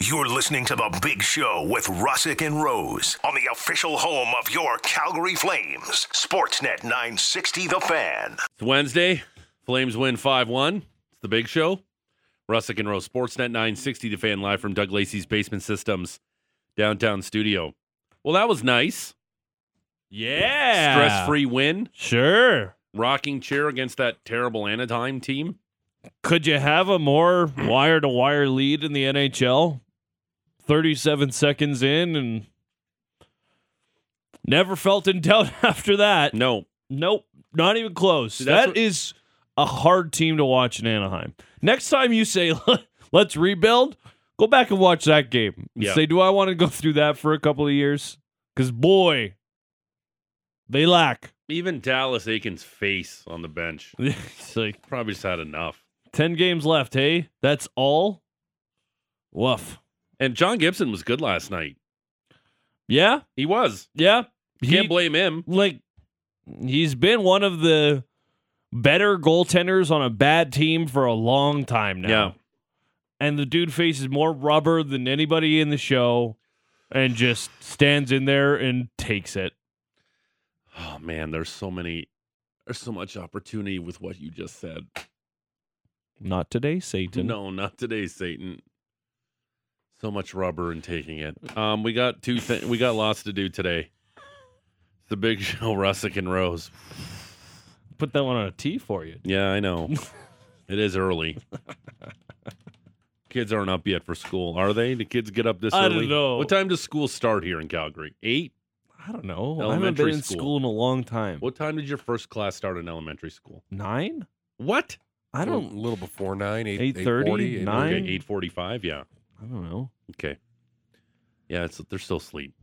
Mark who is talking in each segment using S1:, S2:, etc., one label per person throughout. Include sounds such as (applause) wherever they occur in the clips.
S1: You're listening to The Big Show with Russick and Rose on the official home of your Calgary Flames, Sportsnet 960 The Fan.
S2: It's Wednesday. Flames win 5 1. It's the big show. Russick and Rose, Sportsnet 960, the fan live from Doug Lacey's Basement Systems downtown studio. Well, that was nice.
S3: Yeah.
S2: Stress free win.
S3: Sure.
S2: Rocking chair against that terrible Anaheim team.
S3: Could you have a more wire to wire lead in the NHL? 37 seconds in and never felt in (laughs) doubt after that.
S2: No.
S3: Nope. Not even close.
S2: that's
S3: That
S2: what-
S3: is a hard team to watch in Anaheim. Next time you say, (laughs) let's rebuild, go back and watch that game. and
S2: Yeah.
S3: Say, do I want to go through that for a couple of years? Because, boy, they lack. (laughs)
S2: Even Dallas Aiken's face on the bench.
S3: it's like,
S2: Probably just had enough.
S3: 10 games left, hey? That's all? Woof.
S2: And John Gibson was good last night.
S3: Yeah,
S2: He was.
S3: yeah.
S2: You
S3: He-
S2: can't blame him.
S3: Like, he's been one of the better goaltenders on a bad team for a long time now.
S2: Yeah.
S3: And the dude faces more rubber than anybody in the show and just stands in there and takes it.
S2: Oh man, there's so many there's so much opportunity with what you just said.
S3: Not today, Satan.
S2: No, not today, Satan. So much rubber and taking
S3: (laughs)
S2: it. Um, we got two. Th- we got lots to do today. It's the big (laughs) show, Russick and Rose.
S3: Put that one on a T for you.
S2: Yeah, I know. it is early. kids aren't up yet for school, are they? Do kids get up this
S3: I
S2: early?
S3: don't know.
S2: What time does school start here in Calgary? Eight.
S3: I don't know. I haven't
S2: Elementary
S3: been in
S2: school.
S3: school in a long time.
S2: What time did your first class start in elementary school?
S3: Nine?
S2: What?
S3: I
S4: Little-
S3: don't.
S4: little before nine, eight,
S3: 8:30,
S4: 8:40, eight-
S3: nine?
S2: Okay, eight forty-five. Yeah.
S3: I don't know.
S2: Okay. Yeah, it's, they're still asleep.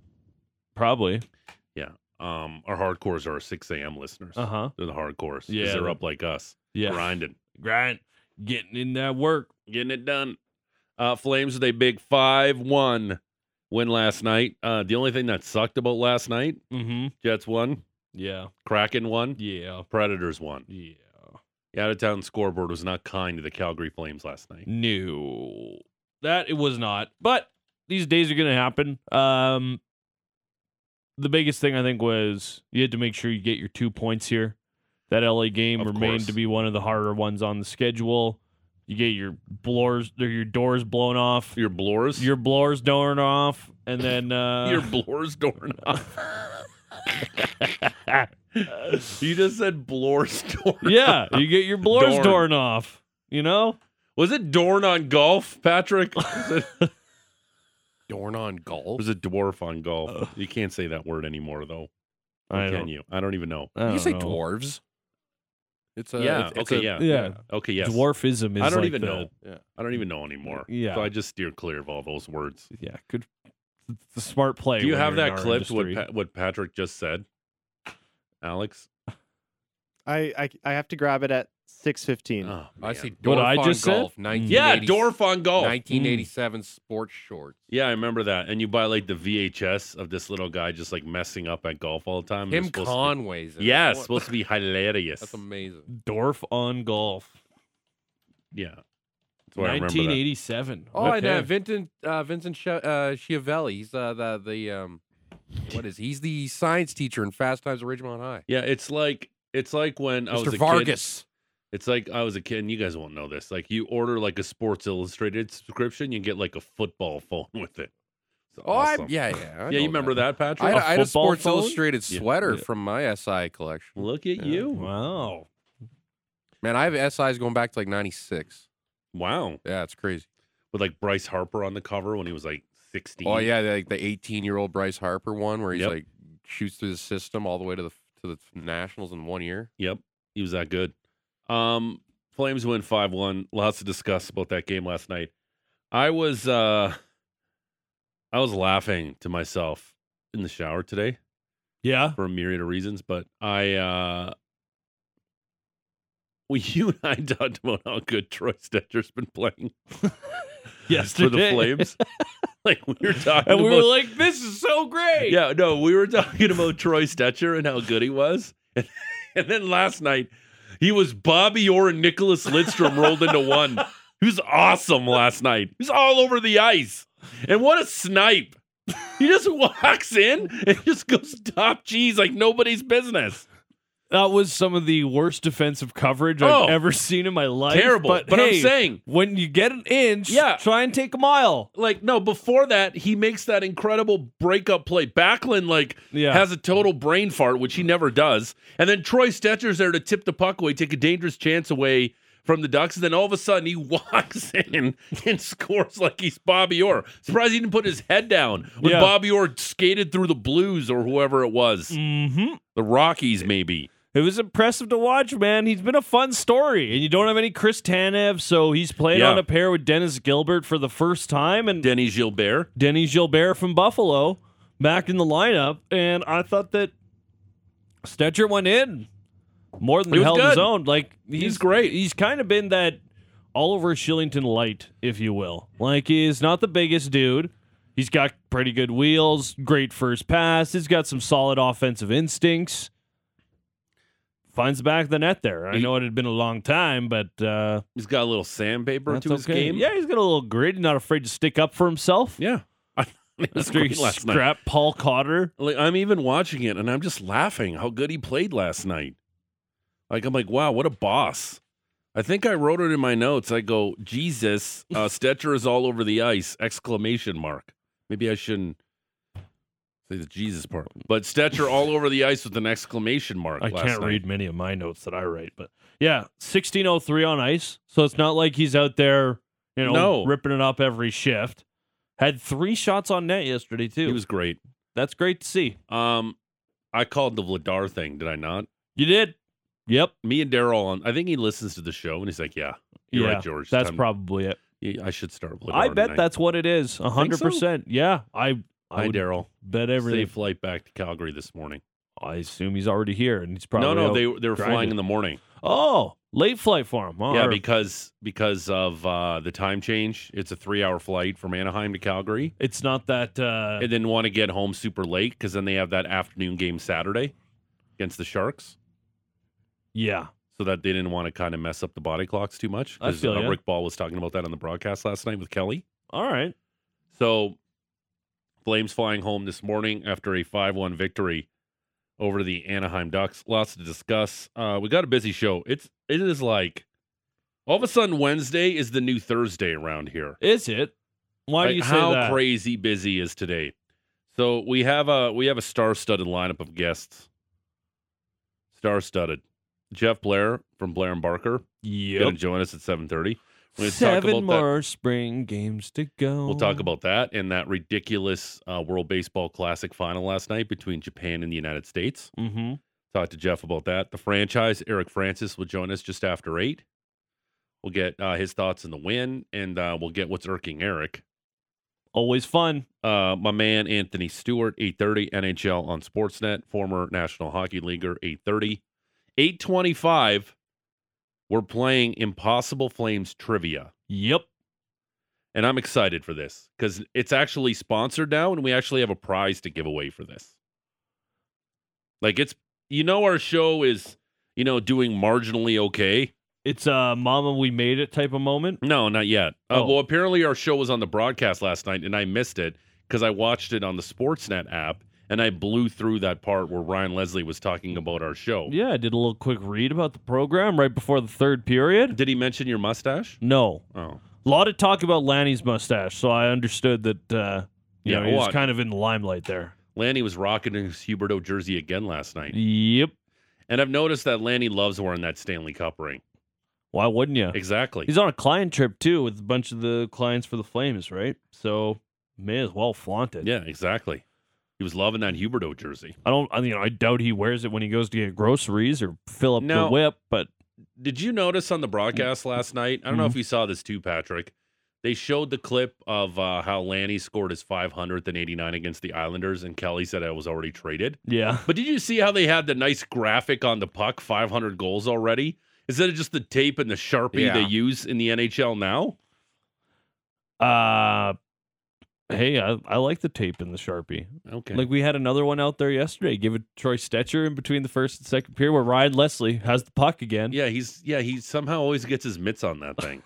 S3: Probably.
S2: Um, our hardcores are our six a.m. listeners.
S3: Uh huh.
S2: They're the hardcores. 'cause
S3: Yeah.
S2: they're up like us,
S3: Yeah.
S2: grinding,
S3: grind, getting in that work.
S2: getting it done. Uh, Flames with a big five-one win last night. Uh, the only thing that sucked about last night,
S3: Mm-hmm.
S2: Jets won,
S3: Yeah,
S2: Kraken won,
S3: yeah,
S2: Predators won.
S3: yeah.
S2: The out-of-town scoreboard was not kind to the Calgary Flames last night.
S3: No, that it was not. But these days are gonna happen. Um, the biggest thing I think was you had to make sure you get your two points here. That LA game
S2: Of
S3: remained
S2: course.
S3: to be one of the harder ones on the schedule. You get your blowers, or your doors blown off,
S2: Your blores,
S3: your blowers torn off, and then uh,
S2: your blores torn
S3: (laughs)
S2: off. (laughs) you just said (laughs) blores torn.
S3: yeah, you get your blowers
S2: Dorn.
S3: torn off. You know,
S2: Was it Dorn on golf, Patrick? (laughs) Was it,
S4: Dorn on golf.
S2: was it dwarf on golf? You can't say that word anymore, though.
S3: I
S2: can
S3: don't-
S2: you? I don't even know.
S3: I
S4: you
S3: don't
S4: say
S3: know.
S4: dwarves. It's a
S2: Yeah,
S4: It's, it's
S2: okay, yeah.
S4: a-
S3: Yeah.
S2: Okay, yes.
S3: Dwarfism is
S2: I don't
S3: like
S2: even
S3: the-
S2: know.
S4: yeah.
S2: I don't even know anymore.
S3: Yeah.
S2: So I just steer clear of all those words.
S3: Yeah, good. It's the smart play.
S2: Do you
S3: when
S2: have
S3: you're in
S2: that
S3: our
S2: clipped? What
S3: industry.
S2: pa- what Patrick just said, Alex?
S5: I, I I have to grab it at six fifteen.
S2: Oh,
S4: I
S2: man.
S4: see Dorf
S3: What I
S4: on
S3: just said?
S4: golf.
S2: Yeah,
S4: 1980
S2: dwarf on golf.
S4: 1987 sports shorts.
S2: Yeah, I remember that. And you buy like the VHS of this little guy just like messing up at golf all the time. and
S4: Tim
S2: it's supposed to be-
S4: Conway's. in it.
S2: yeah, it's
S4: (laughs) What-
S2: supposed to be hilarious.
S4: That's amazing.
S3: Dorf on golf.
S2: yeah. That's why I remember that.
S3: 1987.
S4: Oh, and uh,
S3: Okay.
S4: Vincent uh, Vincent Sci- uh, Schiavelli. He's uh, the the um, what is he? he's the science teacher in Fast Times at Ridgemont High.
S2: Yeah, it's like it's like when I was a
S4: Mr.
S2: kid-
S4: Vargas.
S2: It's like I was a kid, and you guys won't know this. Like you order like a Sports Illustrated subscription, you get like a football phone (laughs) with it. It's
S4: Oh, I-
S2: awesome.
S4: yeah, yeah. I
S2: yeah.
S4: know
S2: You remember that,
S4: I
S2: Patrick?
S4: had,
S3: A
S4: a- I had a
S3: football
S4: Sports
S3: phone?
S4: Illustrated
S2: Yeah.
S4: sweater
S2: Yeah.
S4: from my SI collection.
S2: Oh, Look at
S4: Yeah.
S2: you!
S3: wow.
S4: Man, I have SIs going back to like 96.
S2: Wow,
S4: Yeah, it's crazy.
S2: with like Bryce Harper on the cover when he was like sixteen.
S4: Oh yeah, like the 18 year old Bryce Harper one where he's
S2: Yep.
S4: like shoots through the system all the way to the to the Nationals in one year.
S2: Yep, he was that good. Um, Flames win five one. Lots to discuss about that game last night. I was uh, I was laughing to myself in the shower today. (laughs)
S3: Yeah.
S2: for a myriad of reasons, but I uh (laughs) well, you and I talked about how good Troy Stetcher's been
S3: (laughs)
S2: playing for the
S3: Yesterday. (laughs)
S2: Flames. like we were talking
S3: And we were
S2: about
S3: like, this is so great.
S2: Yeah, no, we were talking about Troy Stetcher and how good he was. And, (laughs) and then last night he was Bobby Orr and Nicholas Lidstrom rolled into one. He was awesome last night. He was all over the ice. And what a snipe. (laughs) He just walks in and just goes top cheese like nobody's business.
S3: That was some of the worst defensive coverage I've
S2: Oh.
S3: ever seen in my life.
S2: Terrible.
S3: But, hey,
S2: I'm saying,
S3: when you get an inch,
S2: Yeah.
S3: try and take a mile.
S2: like, no, before that, he makes that incredible breakup play. Backlund, like,
S3: Yeah.
S2: has a total brain fart, which he never does. And then Troy Stetcher's there to tip the puck away, take a dangerous chance away from the Ducks. And then all of a sudden, he (laughs) walks in and scores like he's Bobby Orr. Surprised he didn't put his head down when
S3: Yeah.
S2: Bobby Orr skated through the Blues or whoever it was.
S3: mm-hmm.
S2: The Rockies, maybe.
S3: It was impressive to watch, man. He's been a fun story. And you don't have any Chris Tanev, so he's played
S2: Yeah.
S3: on a pair with Dennis Gilbert for the first time. And
S2: Denny Gilbert.
S3: Denny Gilbert from Buffalo back in the lineup, and I thought that Stetcher went in more than
S2: He was
S3: held his
S2: good.
S3: own. Like he's,
S2: great.
S3: He's kind of been that Oliver Shillington light, if you will. Like he's not the biggest dude. He's got pretty good wheels, great first pass. He's got some solid offensive instincts. Finds the back of the net there. I
S2: He-
S3: know it had been a long time, but uh,
S2: He's got a little sandpaper
S3: that's
S2: to his
S3: okay.
S2: game.
S3: Yeah, he's got a little grit. He's not afraid to stick up for himself.
S2: yeah. (laughs) I, it was
S3: After he
S2: great last night.
S3: scrapped Paul Cotter.
S2: Like I'm even watching it and I'm just laughing how good he played last night. Like I'm like, wow, what a boss. I think I wrote it in my notes. I go, Jesus,
S3: (laughs)
S2: uh, Stetcher is all over the ice! Exclamation mark. Maybe I shouldn't say the Jesus part, but Stetcher all over the ice with an exclamation mark.
S3: I
S2: last
S3: can't
S2: night.
S3: read many of my notes that I write, but yeah, sixteen oh three on ice. So it's not like he's out there, you know,
S2: No.
S3: ripping it up every shift. Had three shots on net yesterday too.
S2: He was great.
S3: That's great to see.
S2: Um, I called the Vladar thing. Did I not?
S3: You did. Yep.
S2: Me and Daryl on. I think he listens to the show and he's like, yeah, you're
S3: yeah,
S2: right, George.
S3: That's
S2: Time-
S3: probably it.
S2: Yeah, I should start. Vladar
S3: I bet
S2: tonight.
S3: that's what it is. A hundred
S2: so?
S3: percent. Yeah. I I
S2: Hi,
S3: would
S2: Daryl.
S3: bet
S2: Every
S3: everything.
S2: flight back to Calgary this morning.
S3: I assume he's already here and he's probably
S2: no, no,
S3: out-
S2: they they were flying
S3: driving.
S2: in the morning.
S3: Oh, late flight for him. All
S2: yeah,
S3: right.
S2: because because of uh, the time change, it's a three hour flight from Anaheim to Calgary,
S3: it's not that uh
S2: and then want to get home super late because then they have that afternoon game Saturday against the Sharks,
S3: yeah.
S2: so that they didn't want to kind of mess up the body clocks too much.
S3: I feel
S2: uh,
S3: ya.
S2: Rick Ball was talking about that on the broadcast last night with Kelly.
S3: All right.
S2: So, Flames flying home this morning after a 5 1 victory over the Anaheim Ducks. Lots to discuss. Uh, we got a busy show. It's it is like all of a sudden Wednesday is the new Thursday around here.
S3: Is it? Why
S2: Like,
S3: do you say
S2: how
S3: that?
S2: crazy busy is today? So we have a we have a star-studded lineup of guests. Star-studded. Jeff Blair from Blair and Barker going to
S3: Yep.
S2: join us at 7:30. We're gonna talk
S3: Seven
S2: about that-
S3: more spring games to go.
S2: We'll talk about that and that ridiculous uh, World Baseball Classic final last night between Japan and the United States.
S3: Mm-hmm.
S2: Talk to Jeff about that. The franchise, Eric Francis, will join us just after eight. We'll get uh, his thoughts on the win, and uh, we'll get what's irking Eric.
S3: Always fun.
S2: Uh, my man Anthony Stewart, eight thirty, NHL on Sportsnet, former National Hockey Leaguer, eight thirty, eight twenty-five. We're playing Impossible Flames trivia.
S3: Yep.
S2: And I'm excited for this because it's actually sponsored now, and we actually have a prize to give away for this. Like it's you know our show is you know doing marginally okay.
S3: It's a "Mama, we made it" type of moment.
S2: No, not yet. Uh,
S3: Oh.
S2: well, apparently our show was on the broadcast last night, and I missed it because I watched it on the Sportsnet app, and I blew through that part where Ryan Leslie was talking about our show.
S3: Yeah, I did a little quick read about the program right before the third period.
S2: Did he mention your mustache?
S3: No,
S2: Oh,
S3: a lot of talk about Lanny's mustache, so I understood that. Uh, you
S2: Yeah,
S3: know,
S2: a
S3: he was
S2: lot.
S3: kind of in the limelight there.
S2: Lanny was rocking his Huberto jersey again last night,
S3: Yep.
S2: and I've noticed that Lanny loves wearing that Stanley Cup ring.
S3: Why wouldn't you?
S2: Exactly.
S3: He's on a client trip too with a bunch of the clients for the Flames, right? So may as well flaunt it.
S2: Yeah, exactly. He was loving that Huberto jersey.
S3: I don't. I mean, I doubt he wears it when he goes to get groceries or fill up
S2: No.
S3: the whip. But
S2: Did you notice on the broadcast last night? I don't
S3: Mm-hmm.
S2: know if you saw this too, Patrick. They showed the clip of uh, how Lanny scored his 500th and 89 against the Islanders, and Kelly said I was already traded.
S3: yeah,
S2: But did you see how they had the nice graphic on the puck, 500 goals already? Instead of just the tape and the Sharpie
S4: Yeah.
S2: they use in the NHL now?
S3: uh, hey, I, I like the tape and the sharpie.
S2: Okay.
S3: Like we had another one out there yesterday. Give it Troy Stetcher in between the first and second period where Ryan Leslie has the puck again
S2: yeah, he's yeah, he somehow
S3: (laughs)
S2: always gets his mitts on that thing.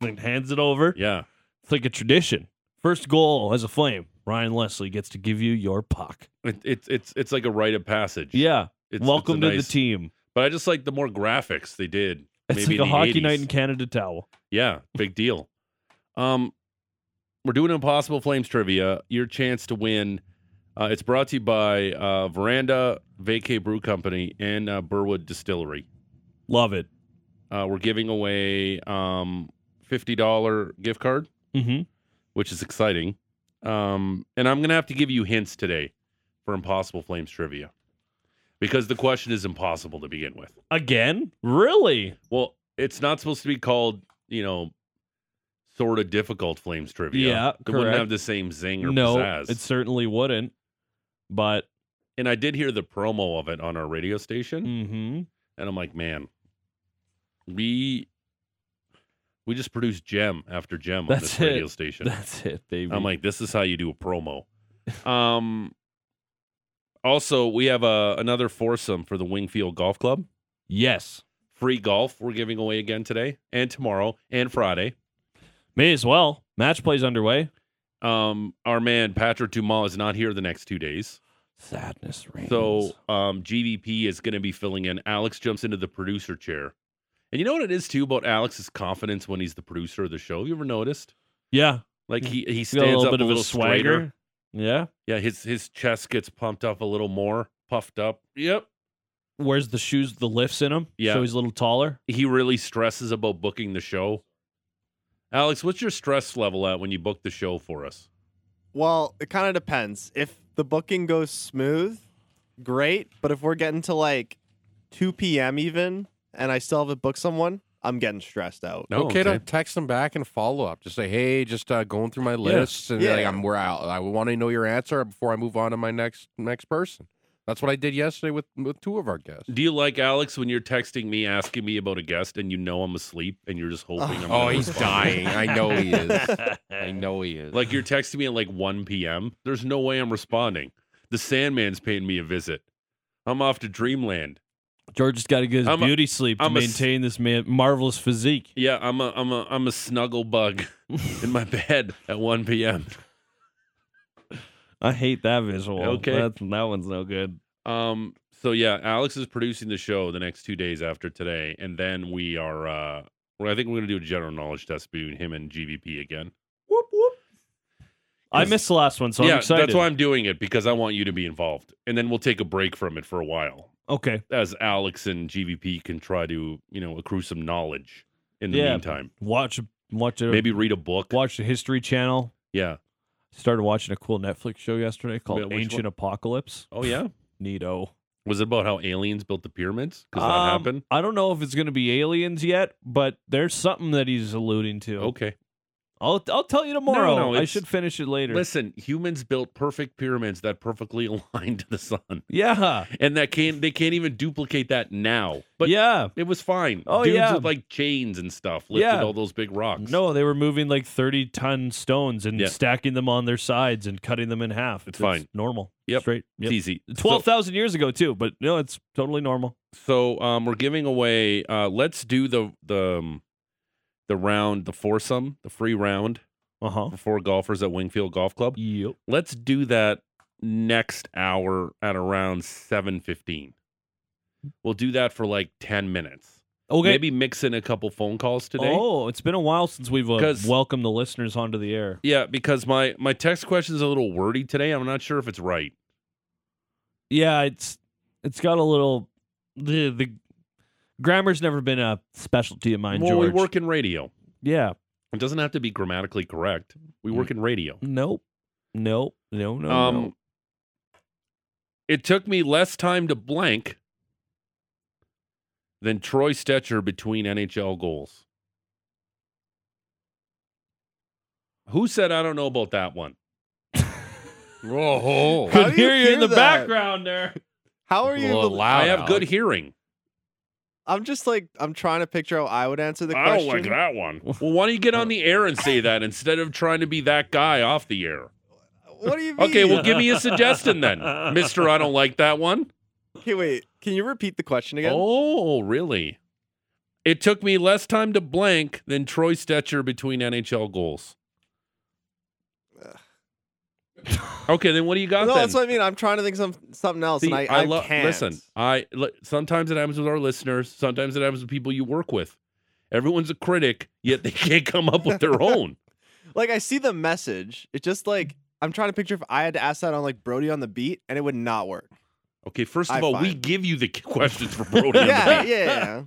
S3: and hands it over.
S2: Yeah.
S3: It's like a tradition. First goal as a flame, Ryan Leslie gets to give you your puck.
S2: It, it's it's it's like a rite of passage.
S3: Yeah.
S2: It's,
S3: Welcome
S2: it's a
S3: to
S2: nice-
S3: the team.
S2: But I just like the more graphics they did.
S3: It's
S2: maybe
S3: like a
S2: in the
S3: hockey
S2: 80s.
S3: night in Canada towel.
S2: Yeah, big deal. Um, we're doing Impossible Flames trivia. Your chance to win. Uh, it's brought to you by uh, Veranda Vacay Brew Company and uh, Burwood Distillery.
S3: Love it.
S2: Uh, we're giving away um, fifty dollar gift card,
S3: Mm-hmm.
S2: which is exciting. Um, and I'm gonna have to give you hints today for Impossible Flames trivia because the question is impossible to begin with.
S3: Again? Really?
S2: Well, it's not supposed to be called, you know, sort of difficult flames trivia.
S3: Yeah,
S2: it wouldn't
S3: correct.
S2: have the same zing or
S3: no,
S2: pizzazz.
S3: it certainly wouldn't. But
S2: And I did hear the promo of it on our radio station,
S3: mhm.
S2: and I'm like, man, we we just produce gem after gem on
S3: That's
S2: this radio
S3: it.
S2: station.
S3: that's it, baby.
S2: I'm like, this is how you do a
S3: (laughs)
S2: promo. um. Also, we have a, another foursome for the Wingfield Golf Club.
S3: yes.
S2: Free golf we're giving away again today and tomorrow and Friday.
S3: May as well. Match plays underway.
S2: um, our man Patrick Dumas is not here the next two days,
S3: Sadness reigns.
S2: so um, GVP is going to be filling in. Alex jumps into the producer chair, and you know what it is too about Alex's confidence when he's the producer of the show. Have you ever noticed?
S3: yeah,
S2: Like he he
S3: he's got a
S2: stands
S3: little
S2: up
S3: bit
S2: a
S3: of
S2: little
S3: a swagger.
S2: straighter.
S3: Yeah.
S2: Yeah, his his chest gets pumped up a little more, puffed up. Yep.
S3: Wears the shoes, with the lifts in him.
S2: Yeah.
S3: So he's a
S2: (laughs)
S3: little taller.
S2: He really stresses about booking the show. Alex, what's your stress level at when you book the show for us?
S5: Well, it kind of depends. If the booking goes smooth, great. But if we're getting to like 2 p.m. even, and I still haven't booked someone, I'm getting stressed out.
S2: No,
S4: okay, to text them back and follow up. Just say, hey, just uh, going through my lists, and
S5: Yeah.
S4: like, I'm where I, I want to know your answer before I move on to my next next person. That's what I did yesterday with with two of our guests.
S2: Do you like Alex when you're texting me asking me about a guest and you know I'm asleep and you're just hoping I'm
S4: Oh,
S2: gonna
S4: he's
S2: respond?
S4: dying. I know he is. (laughs) I know he is.
S2: Like you're texting me at like 1 p.m. There's no way I'm responding. The Sandman's paying me a visit. I'm off to dreamland.
S3: George has got to get his
S2: I'm a-
S3: beauty sleep to
S2: I'm a s-
S3: maintain this man- marvelous physique.
S2: Yeah, I'm a I'm a I'm a snuggle bug (laughs) in my bed at 1 p.m.
S3: I hate that visual.
S2: Okay.
S3: That, that one's no good.
S2: Um so yeah, Alex is producing the show the next 2 days after today and then we are uh well, I think we're going to do a general knowledge test between him and GVP again.
S3: Whoop, whoop. I
S2: Yes.
S3: missed the last one, so
S2: yeah,
S3: I'm excited.
S2: that's why I'm doing it because I want you to be involved. And then we'll take a break from it for a while
S3: Okay.
S2: as Alex and GVP can try to, you know, accrue some knowledge in the
S3: Yeah.
S2: meantime.
S3: Watch watch a,
S2: Maybe read a book.
S3: watch the History Channel.
S2: Yeah.
S3: Started watching a cool Netflix show yesterday called
S2: Yeah, which
S3: Ancient
S2: one?
S3: Apocalypse.
S2: Oh yeah.
S3: Neato.
S2: Was it about how aliens built the pyramids? Cuz that
S3: Um,
S2: happened.
S3: I don't know if it's going to be aliens yet, but there's something that he's alluding to.
S2: Okay.
S3: I'll I'll tell you tomorrow.
S2: no,
S3: I
S2: it's-
S3: should finish it later.
S2: Listen, humans built perfect pyramids that perfectly (laughs) aligned to the sun.
S3: Yeah.
S2: And that can't they can't even duplicate that now. But
S3: yeah.
S2: it was fine.
S3: Oh,
S2: Dudes
S3: yeah.
S2: with like chains and stuff lifted
S3: Yeah.
S2: all those big rocks.
S3: No, they were moving like 30 ton stones and
S2: Yeah.
S3: stacking them on their sides and cutting them in half.
S2: It's fine.
S3: normal.
S2: Yep.
S3: Straight.
S2: it's
S3: Yep.
S2: easy. So-
S3: 12,000 years ago, too, but no, it's totally normal.
S2: so um we're giving away uh let's do the the um, the round the foursome the free round
S3: Uh huh.
S2: for four golfers at wingfield golf club
S3: Yep.
S2: let's do that next hour at around 7.15 we'll do that for like 10 minutes
S3: Okay.
S2: maybe mix in a couple phone calls today
S3: Oh, it's been a while since we've uh,
S2: 'Cause-
S3: welcomed the listeners onto the air.
S2: yeah because my my text question's a little wordy today i'm not sure if it's right
S3: Yeah, it's it's got a little the the grammar's never been a specialty of mine,
S2: well we
S3: George.
S2: work in radio
S3: yeah.
S2: it doesn't have to be grammatically correct we
S3: Mm.
S2: work in radio
S3: Nope. Nope. No. No.
S2: um,
S3: (laughs) no.
S2: It took me less time to blank than Troy Stetcher between NHL goals. Who said I don't know about that one?
S4: Whoa.
S5: How
S3: Could
S5: do you
S3: hear you in
S5: hear
S3: the
S5: that?
S3: background there.
S5: How are you?
S4: A little
S5: even-
S2: (laughs)
S4: loud
S2: I have
S4: Alex.
S2: good hearing.
S5: I'm just like I'm trying to picture how I would answer the
S2: I
S5: question.
S2: don't like that one. Well, why don't you get on the air and say that instead of trying to be that guy off the air?
S5: What do you
S2: (laughs)
S5: mean?
S2: Okay, well, give me a suggestion
S5: (laughs)
S2: then, Mister. I don't like that one.
S5: Okay, wait. Can you repeat the question again?
S2: Oh, really? It took me less time to blank than Troy Stetcher between NHL goals. Okay, then what do you got?
S5: No,
S2: then?
S5: that's what I mean. I'm trying to think some something else,
S2: See,
S5: and I,
S2: I,
S5: I,
S2: love.
S5: can't.
S2: Listen, I li- sometimes it happens with our listeners. Sometimes it happens with people you work with. Everyone's a critic, yet they (laughs) can't come up with
S5: (laughs)
S2: their own.
S5: like I see the message. It's just like I'm trying to picture if I had to ask that on like Brody on the beat, and it would not work.
S2: Okay, first
S5: I
S2: of all, we
S5: find-
S2: give you the (laughs) questions for Brody.
S5: (laughs) Yeah,
S2: on the
S5: yeah,
S2: beat.
S5: yeah.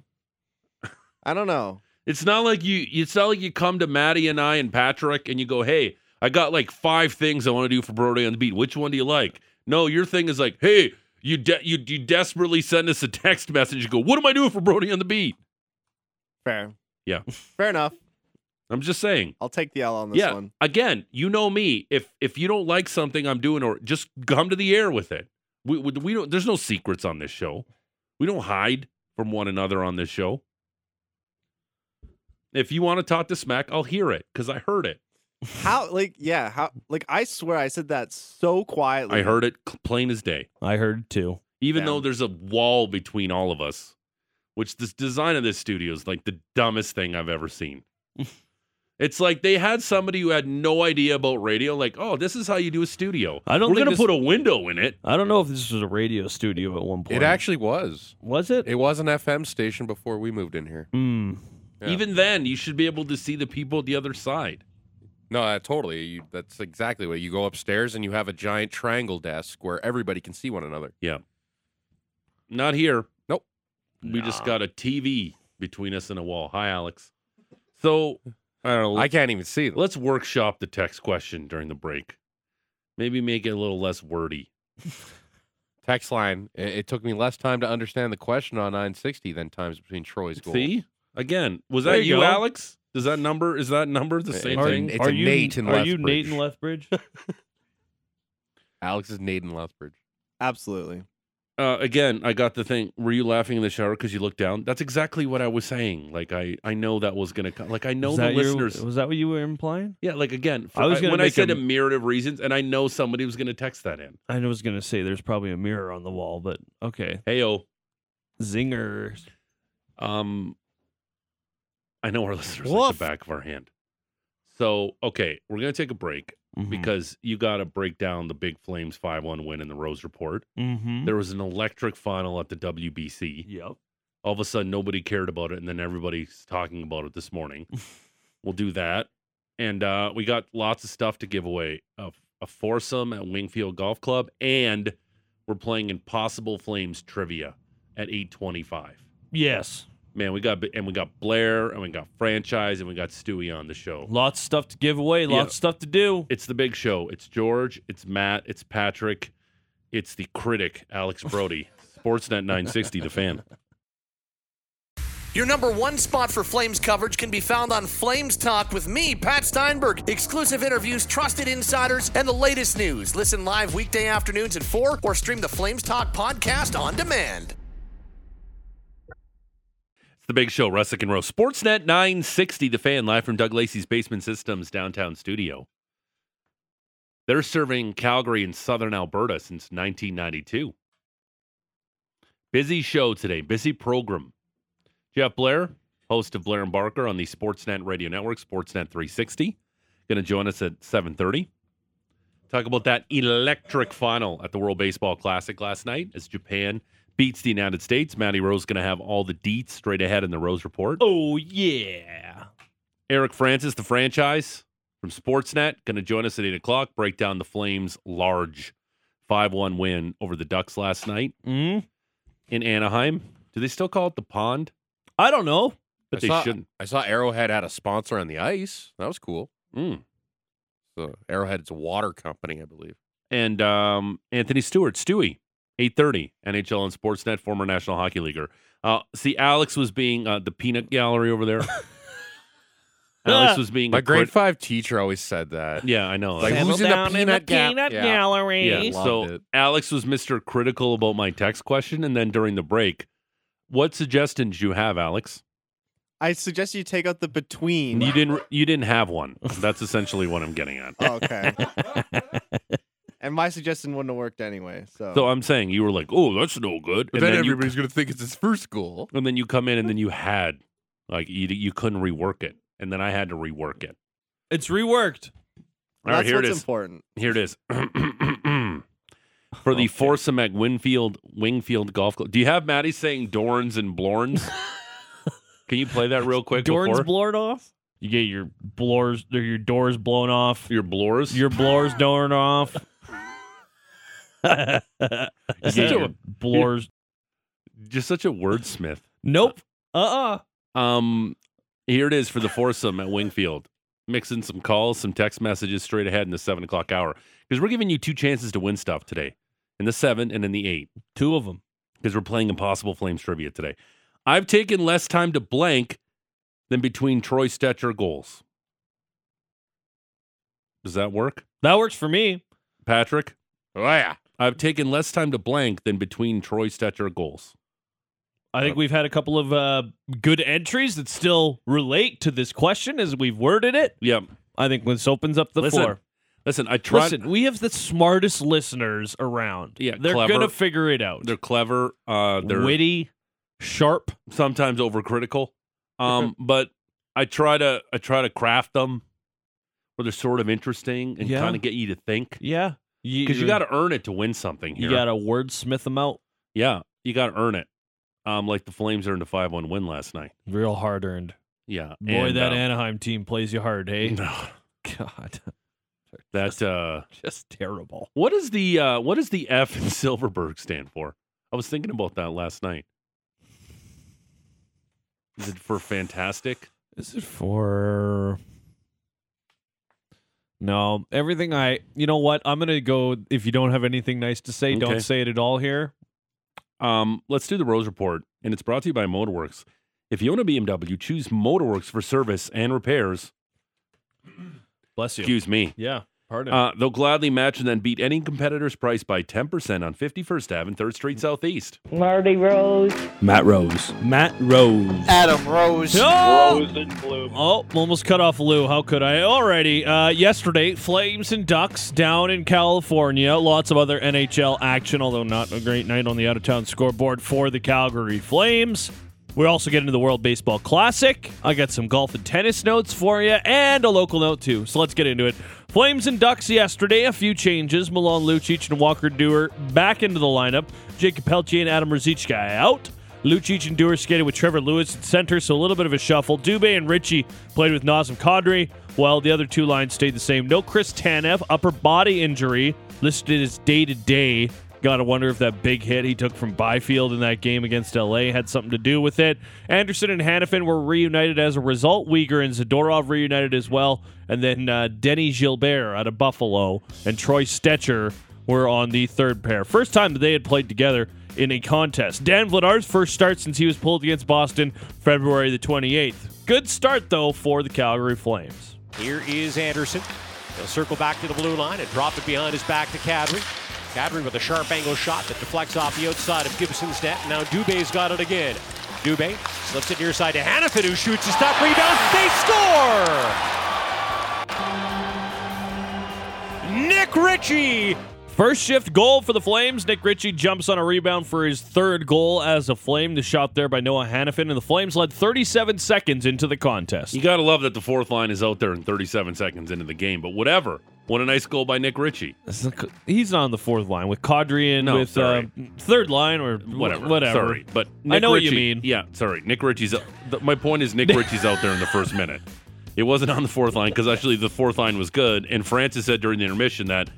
S2: (laughs)
S5: yeah. I don't know.
S2: It's not like you. It's not like you come to Maddie and I and Patrick and you go, "Hey, I got like five things I want to do for Brody on the beat. Which one do you like?" No, your thing is like, "Hey, you de- you you desperately send us a text message. You go, "What am I doing for Brody on the beat?"
S5: Fair.
S2: Yeah.
S5: Fair enough.
S2: I'm just saying.
S5: I'll take the L on this
S2: yeah.
S5: one.
S2: Again, you know me. If if you don't like something I'm doing, or just come to the air with it. We we, we don't. There's no secrets on this show. We don't hide from one another on this show. If you want to talk to smack, I'll hear it because I heard it.
S5: How? Like, yeah. How? Like, I swear I said that so quietly.
S2: I heard it cl- plain as day.
S3: I heard too.
S2: Even
S5: Yeah.
S2: though there's a wall between all of us, which this design of this studio is like the dumbest thing I've ever seen. it's like they had somebody who had no idea about radio. Like, oh, this is how you do a studio.
S3: I don't
S2: We're
S3: think
S2: gonna
S3: this-
S2: put a window in it.
S3: I don't know if this was a radio studio at one point.
S4: It actually was.
S3: was it.
S4: It was an FM station before we moved in here.
S3: Hmm.
S4: Yeah.
S2: Even then, you should be able to see the people at the other side.
S4: No, uh, totally. You, that's exactly what you go upstairs and you have a giant triangle desk where everybody can see one another.
S2: Not here.
S4: Nope.
S2: We just got a TV between us and a wall. Hi, Alex. So I don't know.
S4: I can't even see them.
S2: Let's workshop the text question during the break. Maybe make it a little less wordy.
S4: Text line. It, it took me less time to understand the question on 960 than times between Troy's goal.
S2: See? Again, was
S3: There
S2: that
S3: you
S2: you,
S3: go.
S2: Alex? Does that number is that number the
S4: It's
S2: same
S4: a-
S2: thing?
S4: it's a
S3: you,
S4: Nate in
S3: are you Nate in Lethbridge?
S4: Alex is Naden Lethbridge.
S5: Absolutely.
S2: Uh, again, I got the thing. Were you laughing in the shower because you looked down? That's exactly what I was saying. Like I, I know that was gonna come. Like I know
S3: Was
S2: the
S3: that your-
S2: listeners.
S3: was that what you were implying?
S2: Yeah, like again, for,
S3: I was
S2: I-
S3: gonna
S2: when I
S3: make
S2: said
S3: a-
S2: a myriad of reasons, and I know somebody was gonna text that in.
S3: I was going to say there's probably a mirror on the wall, but okay.
S2: Hey, oh,
S3: Zinger.
S2: Um, I know our listeners like
S5: Woof.
S2: the back of our hand. So, okay, we're going to take a break
S3: Hmm.
S2: because you got to break down the Big Flames 5 1 win in the Rose Report.
S3: Mm-hmm.
S2: There was an electric final at the WBC.
S3: Yep.
S2: All of a sudden, nobody cared about it, and then everybody's talking about it this morning. we'll do that. And uh, we got lots of stuff to give away a, a foursome at Wingfield Golf Club, and we're playing Impossible Flames trivia at 825
S3: Yes.
S2: man, we got and we got Blair and we got franchise and we got Stewie on the show.
S3: Lots of stuff to give away. Lots
S2: Yeah.
S3: of stuff to do.
S2: It's the big show. It's George. It's Matt. It's Patrick. It's the critic Alex Brody. Sportsnet 960, the fan.
S6: Your number one spot for Flames coverage can be found on Flames Talk with me, Pat Steinberg. Exclusive interviews, trusted insiders, and the latest news. Listen live weekday afternoons at 4 or stream the Flames Talk podcast on demand.
S2: It's the big show, Russick and Rowe. Sportsnet 960, the fan, live from Doug Lacey's Basement Systems downtown studio. They're serving Calgary and southern Alberta since 1992. Busy show today, busy program. Jeff Blair, host of Blair and Barker on the Sportsnet Radio Network, Sportsnet 360, going to join us at 7:30. Talk about that electric final at the World Baseball Classic last night as Japan beats the United States. Matty Rose going to have all the deets straight ahead in the Rose Report.
S3: Oh, yeah.
S2: Eric Francis, the franchise from Sportsnet, going to join us at 8 o'clock, break down the Flames' large 5 1 win over the Ducks last night
S3: Mm?
S2: in Anaheim. Do they still call it the pond?
S3: I don't know.
S2: But
S4: I
S2: they
S4: saw,
S2: shouldn't.
S4: I saw Arrowhead had a sponsor on the ice. That was cool.
S2: Mm.
S4: So Arrowhead's a water company, I believe.
S2: And um, Anthony Stewart, Stewie, 8.30, NHL and Sportsnet, former National Hockey Leaguer. Uh, see, Alex was being uh, the peanut gallery over
S4: (laughs)
S2: there. Alex was being a
S4: My grade
S2: crit-
S4: five teacher always said that.
S2: Yeah, I know.
S4: Like, who's in the peanut ga- Yeah.
S3: gallery?
S2: Yeah.
S4: Loved
S2: So
S4: it.
S2: Alex was Mr. Critical about my text question, and then during the break, what suggestions you have, Alex?
S5: I suggest you take out the between.
S2: You didn't. You didn't have
S4: (laughs)
S2: one. That's essentially what I'm getting at.
S5: (laughs)
S2: (laughs)
S5: Oh, okay. and my suggestion wouldn't have worked anyway. So,
S2: So I'm saying you were like, "Oh, that's no good,"
S4: But
S2: and
S4: then,
S2: then, you,
S4: everybody's going to think it's his first goal.
S2: and then you come in, and then you had like you you couldn't rework it, and then I had to rework it.
S3: It's reworked.
S2: All right,
S5: that's
S2: here it
S5: what's
S2: is.
S5: important.
S2: Here it is. (clears throat) for the Forsamek Winfield Wingfield Golf Club. Do you have Maddie saying Dorns and
S4: (laughs)
S2: Blorns? Can you play that real quick?
S3: Dorn's
S2: before?
S3: blown off. You get your blores or your doors blown off.
S2: your blores.
S3: Your (laughs) blores dorn off. you
S2: such
S3: get
S2: a-
S3: your blores.
S2: just such a wordsmith.
S3: Nope. Uh uh
S2: Um, here it is for the foursome at Wingfield. Mix in some calls, some text messages straight ahead in the seven o'clock hour because we're giving you two chances to win stuff today in the seven and in the eight
S3: Two of them.
S2: because we're playing Impossible Flames trivia today. I've taken less time to blank than between Troy Stetcher goals. Does that work,
S3: That works for me.
S2: Patrick?
S4: Oh yeah.
S2: I've taken less time to blank than between Troy Stetcher goals.
S3: I think we've had a couple of uh, good entries that still relate to this question as we've worded it.
S2: Yep.
S3: I think this opens up the
S2: Listen,
S3: floor.
S2: listen. I tried.
S3: Listen, we have the smartest listeners around.
S2: Yeah,
S3: they're
S2: clever.
S3: gonna figure it out.
S2: They're clever. Uh, they're
S3: witty, sharp.
S2: sometimes overcritical.
S3: Uh-huh.
S2: Um, but I try to I try to craft them where they're sort of interesting and
S3: Yeah.
S2: kind of get you to think
S3: Yeah,
S2: because you got to earn it to win something here.
S3: you got to wordsmith them out
S2: yeah, you got to earn it. Um, like the Flames earned a five one win last night.
S3: real hard earned.
S2: Yeah,
S3: Boy,
S2: and,
S3: that
S2: um,
S3: Anaheim team plays you
S2: (laughs)
S3: hard, hey? God, (laughs)
S2: that uh,
S3: just terrible.
S2: what does the uh, what does the F in (laughs) Silverberg stand for? I was thinking about that last night. Is it for fantastic?
S3: Is it for? No, everything I. You know what? I'm gonna go. If you don't have anything nice to say,
S2: Okay.
S3: don't say it at all here.
S2: Um, let's do the Rose Report, and it's brought to you by Motorworks. If you own a BMW, choose Motorworks for service and repairs.
S3: Bless you.
S2: Excuse me.
S3: Yeah, pardon.
S2: Uh, they'll gladly match and then beat any competitor's price by 10% on 51st Ave and 3rd Street Southeast.
S7: Marty Rose.
S8: Matt Rose. Matt Rose.
S6: Adam Rose.
S3: Oh! Oh, almost cut off Lou. How could I? Alrighty. Uh, yesterday, Flames and Ducks down in California. Lots of other NHL action, although not a great night on the out of town scoreboard for the Calgary Flames. We also get into the World Baseball Classic. I got some golf and tennis notes for you and a local note, too. So let's get into it. Flames and Ducks yesterday. A few changes. Milan Lucic and Walker Dewar back into the lineup. Jacob Pelche and Adam Ruzicka out. Lucic and Dewar skated with Trevor Lewis at center, so a little bit of a shuffle. Dubé and Ritchie played with Nazem Kadri, while the other two lines stayed the same. No Chris Tanev, upper body injury, listed as day to day. Gotta wonder if that big hit he took from Byfield in that game against LA had something to do with it. Anderson and Hannafin were reunited as a result. Uyghur and Zadorov reunited as well. And then uh, Denny Gilbert out of Buffalo and Troy Stetcher were on the third pair. First time that they had played together in a contest. Dan Vladar's first start since he was pulled against Boston February the 28th. Good start, though, for the Calgary Flames.
S9: Here is Anderson. He'll circle back to the blue line and drop it behind his back to Kadri. Kadri with a sharp angle shot that deflects off the outside of Gibson's net. Now Dubé's got it again. Dubé slips it near side to Hannafin, who shoots a stop rebound. They score! Nick Ritchie
S3: First shift goal for the Flames. Nick Ritchie jumps on a rebound for his third goal as a Flame. The shot there by Noah Hannafin, and the Flames led 37 seconds into the contest.
S2: You got to love that the fourth line is out there in 37 seconds into the game, but whatever. What a nice goal by Nick Ritchie.
S3: He's not on the fourth line with Kadri and
S2: No,
S3: with uh,
S2: sorry.
S3: third line or
S2: Whatever.
S3: Whatever.
S2: Sorry. But
S3: I know what you
S2: Ritchie-
S3: mean.
S2: Yeah, sorry. Nick Ritchie's. th- my point
S3: (laughs)
S2: is, Nick Ritchie's out there in the first minute. It wasn't on the fourth line because actually the fourth line was good. And Francis said during the intermission that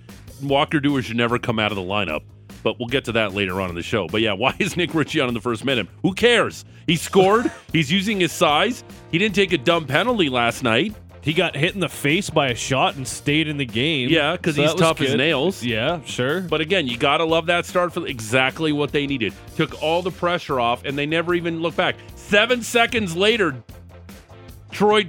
S2: Walker Dewar should never come out of the lineup. But we'll get to that later on in the show. But yeah, (laughs) why is Nick Ritchie on in the first minute? Who cares? He
S3: (laughs)
S2: scored. He's using his size. He didn't take a dumb penalty last night.
S3: He got hit in the face by a shot and stayed in the game.
S2: Yeah, because
S3: So
S2: he's
S3: that was
S2: tough as
S3: good.
S2: nails.
S3: Yeah, sure.
S2: But again, you gotta love that start for exactly what they needed. Took all the pressure off, and they never even looked back. Seven seconds later, Troy,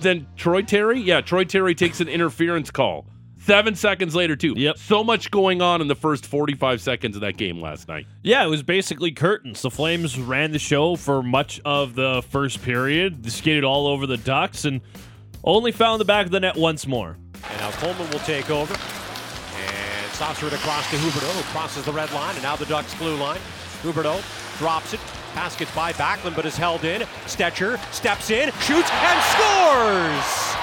S2: then Troy Terry, yeah, Troy Terry takes an interference call. Seven seconds later, too.
S3: Yep.
S2: So much going on in the first 45 seconds of that game last night.
S3: Yeah, it was basically curtains. The Flames ran the show for much of the first period, They skated all over the Ducks, and only found the back of the net once more.
S9: And now Coleman will take over. And stops it across to Huberto, who crosses the red line. And now the Ducks blue line. Huberto drops it. Pass gets by Backlund, but is held in. Stetcher steps in, shoots, and scores!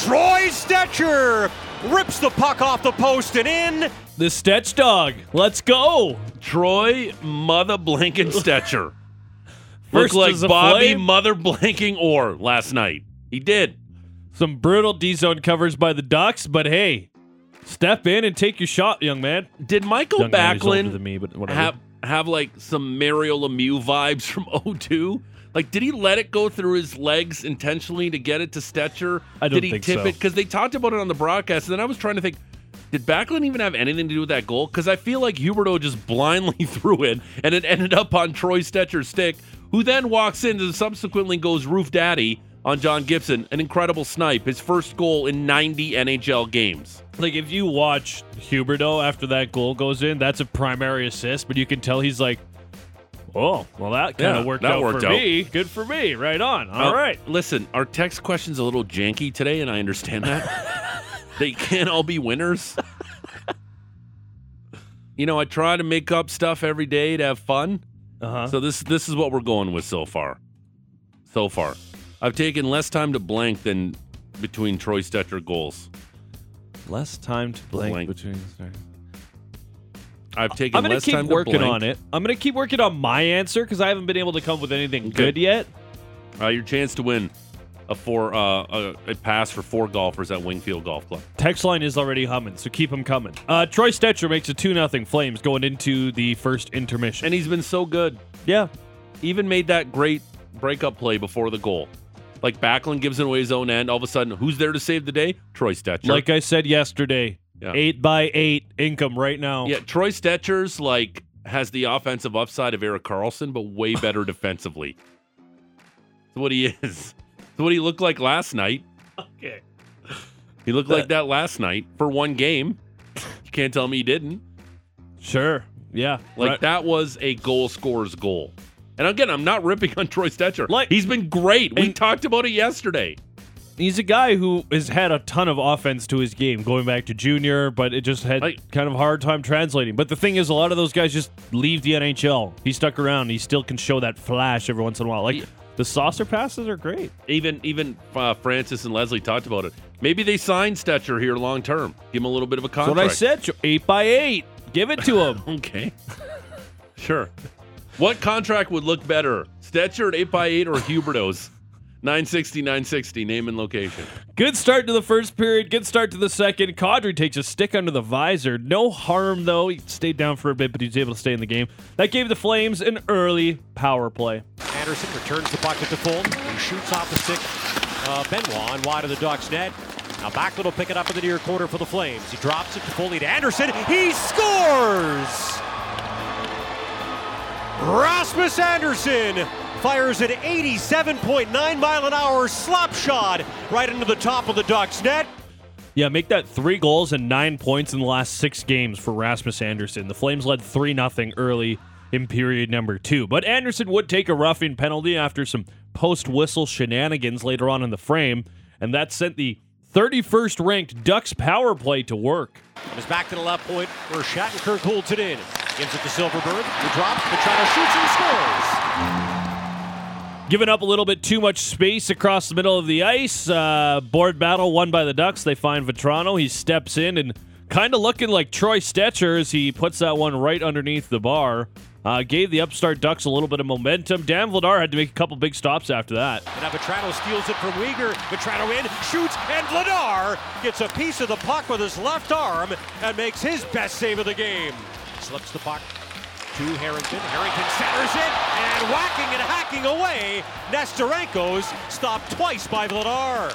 S9: Troy Stetcher rips the puck off the post and in.
S3: The Stetch Dog. Let's go.
S2: Troy Mother (laughs) Blankenstetcher. Looked
S3: First
S2: like
S3: is a
S2: Bobby
S3: flame.
S2: Mother Blanking Orr last night. He did.
S3: Some brutal D zone covers by the Ducks, but hey, step in and take your shot, young man.
S2: Did Michael
S3: Young man, he's older than
S2: Backlund
S3: me, but whatever.
S2: have have like some Mario Lemieux vibes from (laughs) 02? Like, did he let it go through his legs intentionally to get it to Stetcher?
S3: I don't
S2: did he
S3: think
S2: tip
S3: so.
S2: it? Because they talked about it on the broadcast, and then I was trying to think. Did Backlund even have anything to do with that goal? Because I feel like Huberto just (laughs) blindly threw it, and it ended up on Troy Stetcher's stick, who then walks in and subsequently goes roof daddy on John Gibson. An incredible snipe, his first goal in 90 NHL games.
S3: Like if you watch Huberto after that goal goes in, that's a primary assist, but you can tell he's like, "Oh, well that kind
S2: Yeah,
S3: of worked
S2: that
S3: out
S2: worked
S3: for
S2: out."
S3: me. Good for me. Right on. All
S2: Uh,
S3: right.
S2: Listen, our text question's a little janky today, and I understand that.
S3: (laughs)
S2: they can't all be winners. you know, I try to make up stuff every day to have fun.
S3: Uh-huh.
S2: So this this is what we're going with so far. So far. I've taken less time to blank than between Troy Stetcher goals.
S3: Less time to blank,
S2: Blank.
S3: between.
S2: I've taken
S3: I'm gonna
S2: less time
S3: keep working
S2: to blank.
S3: on it. I'm gonna keep working on my answer because I haven't been able to come up with anything good yet.
S2: Uh, your chance to win a four uh, a, a pass for four golfers at Wingfield Golf Club.
S3: Text line is already humming, so keep them coming. Uh, Troy Stetcher makes it two 0 Flames going into the first intermission.
S2: And he's been so good.
S3: yeah,
S2: even made that great breakup play before the goal. Like Backlund gives it away his own end. All of a sudden, who's there to save the day? Troy Stetcher.
S3: like I said yesterday,
S2: Yeah.
S3: eight by eight income right now.
S2: yeah, Troy Stetcher's like has the offensive upside of Eric Carlson, but way
S3: (laughs)
S2: better defensively. That's what he is. That's what he looked like last night.
S3: Okay.
S2: He looked like that last night for one game. You can't tell me he didn't.
S3: Sure. Yeah.
S2: Like
S3: Right.
S2: that was a goal scorer's goal. And again, I'm not ripping on Troy Stetcher.
S3: Like-
S2: he's been great. We
S3: And-
S2: talked about it yesterday.
S3: He's a guy who has had a ton of offense to his game going back to junior, but it just had
S2: Like-
S3: kind of a hard time translating. But the thing is, a lot of those guys just leave the NHL. He stuck around. He still can show that flash every once in a while. Like
S2: Yeah.
S3: the saucer passes are great.
S2: even even uh, Francis and Leslie talked about it. Maybe they sign Stetcher here long term. Give him a little bit of a
S3: That's
S2: contract.
S3: what I said. Joe. Eight by eight. Give it to him.
S2: Okay. (laughs) sure. What contract would look better, Stetcher at eight by eight or Huberto's? (laughs) 960, 960, name and location.
S3: Good start to the first period. Good start to the second. Cadre takes a stick under the visor. No harm, though. He stayed down for a bit, but he was able to stay in the game. That gave the Flames an early power play.
S9: Anderson returns the bucket to full. He shoots off the stick. Uh, Benoit and wide of the Ducks net. Now Backlund will pick it up in the near corner for the Flames. He drops it to Foley to Anderson. He scores! Rasmus Anderson fires an 87.9 mile an hour slap shot right into the top of the Ducks net.
S3: Yeah, make that three goals and nine points in the last six games for Rasmus Anderson. The Flames led 3 0 early in period number two. But Anderson would take a roughing penalty after some post whistle shenanigans later on in the frame, and that sent the 31st ranked Ducks power play to work.
S9: And it's back to the left point where Shattenkirk holds it in. Gives it to Silverberg. He drops. Machado shoots and scores.
S3: Giving up a little bit too much space across the middle of the ice. Uh, board battle won by the Ducks. They find Vetrano. He steps in and kind of looking like Troy Stetcher as he puts that one right underneath the bar. Uh, gave the upstart Ducks a little bit of momentum. Dan Vladar had to make a couple big stops after that.
S9: And now Vetrano steals it from Uyghur. Vetrano in, shoots, and Vladar gets a piece of the puck with his left arm and makes his best save of the game. Slips the puck to Harrington. Harrington centers it and whacking and hacking away. Nestorenko's stopped twice by Vladar.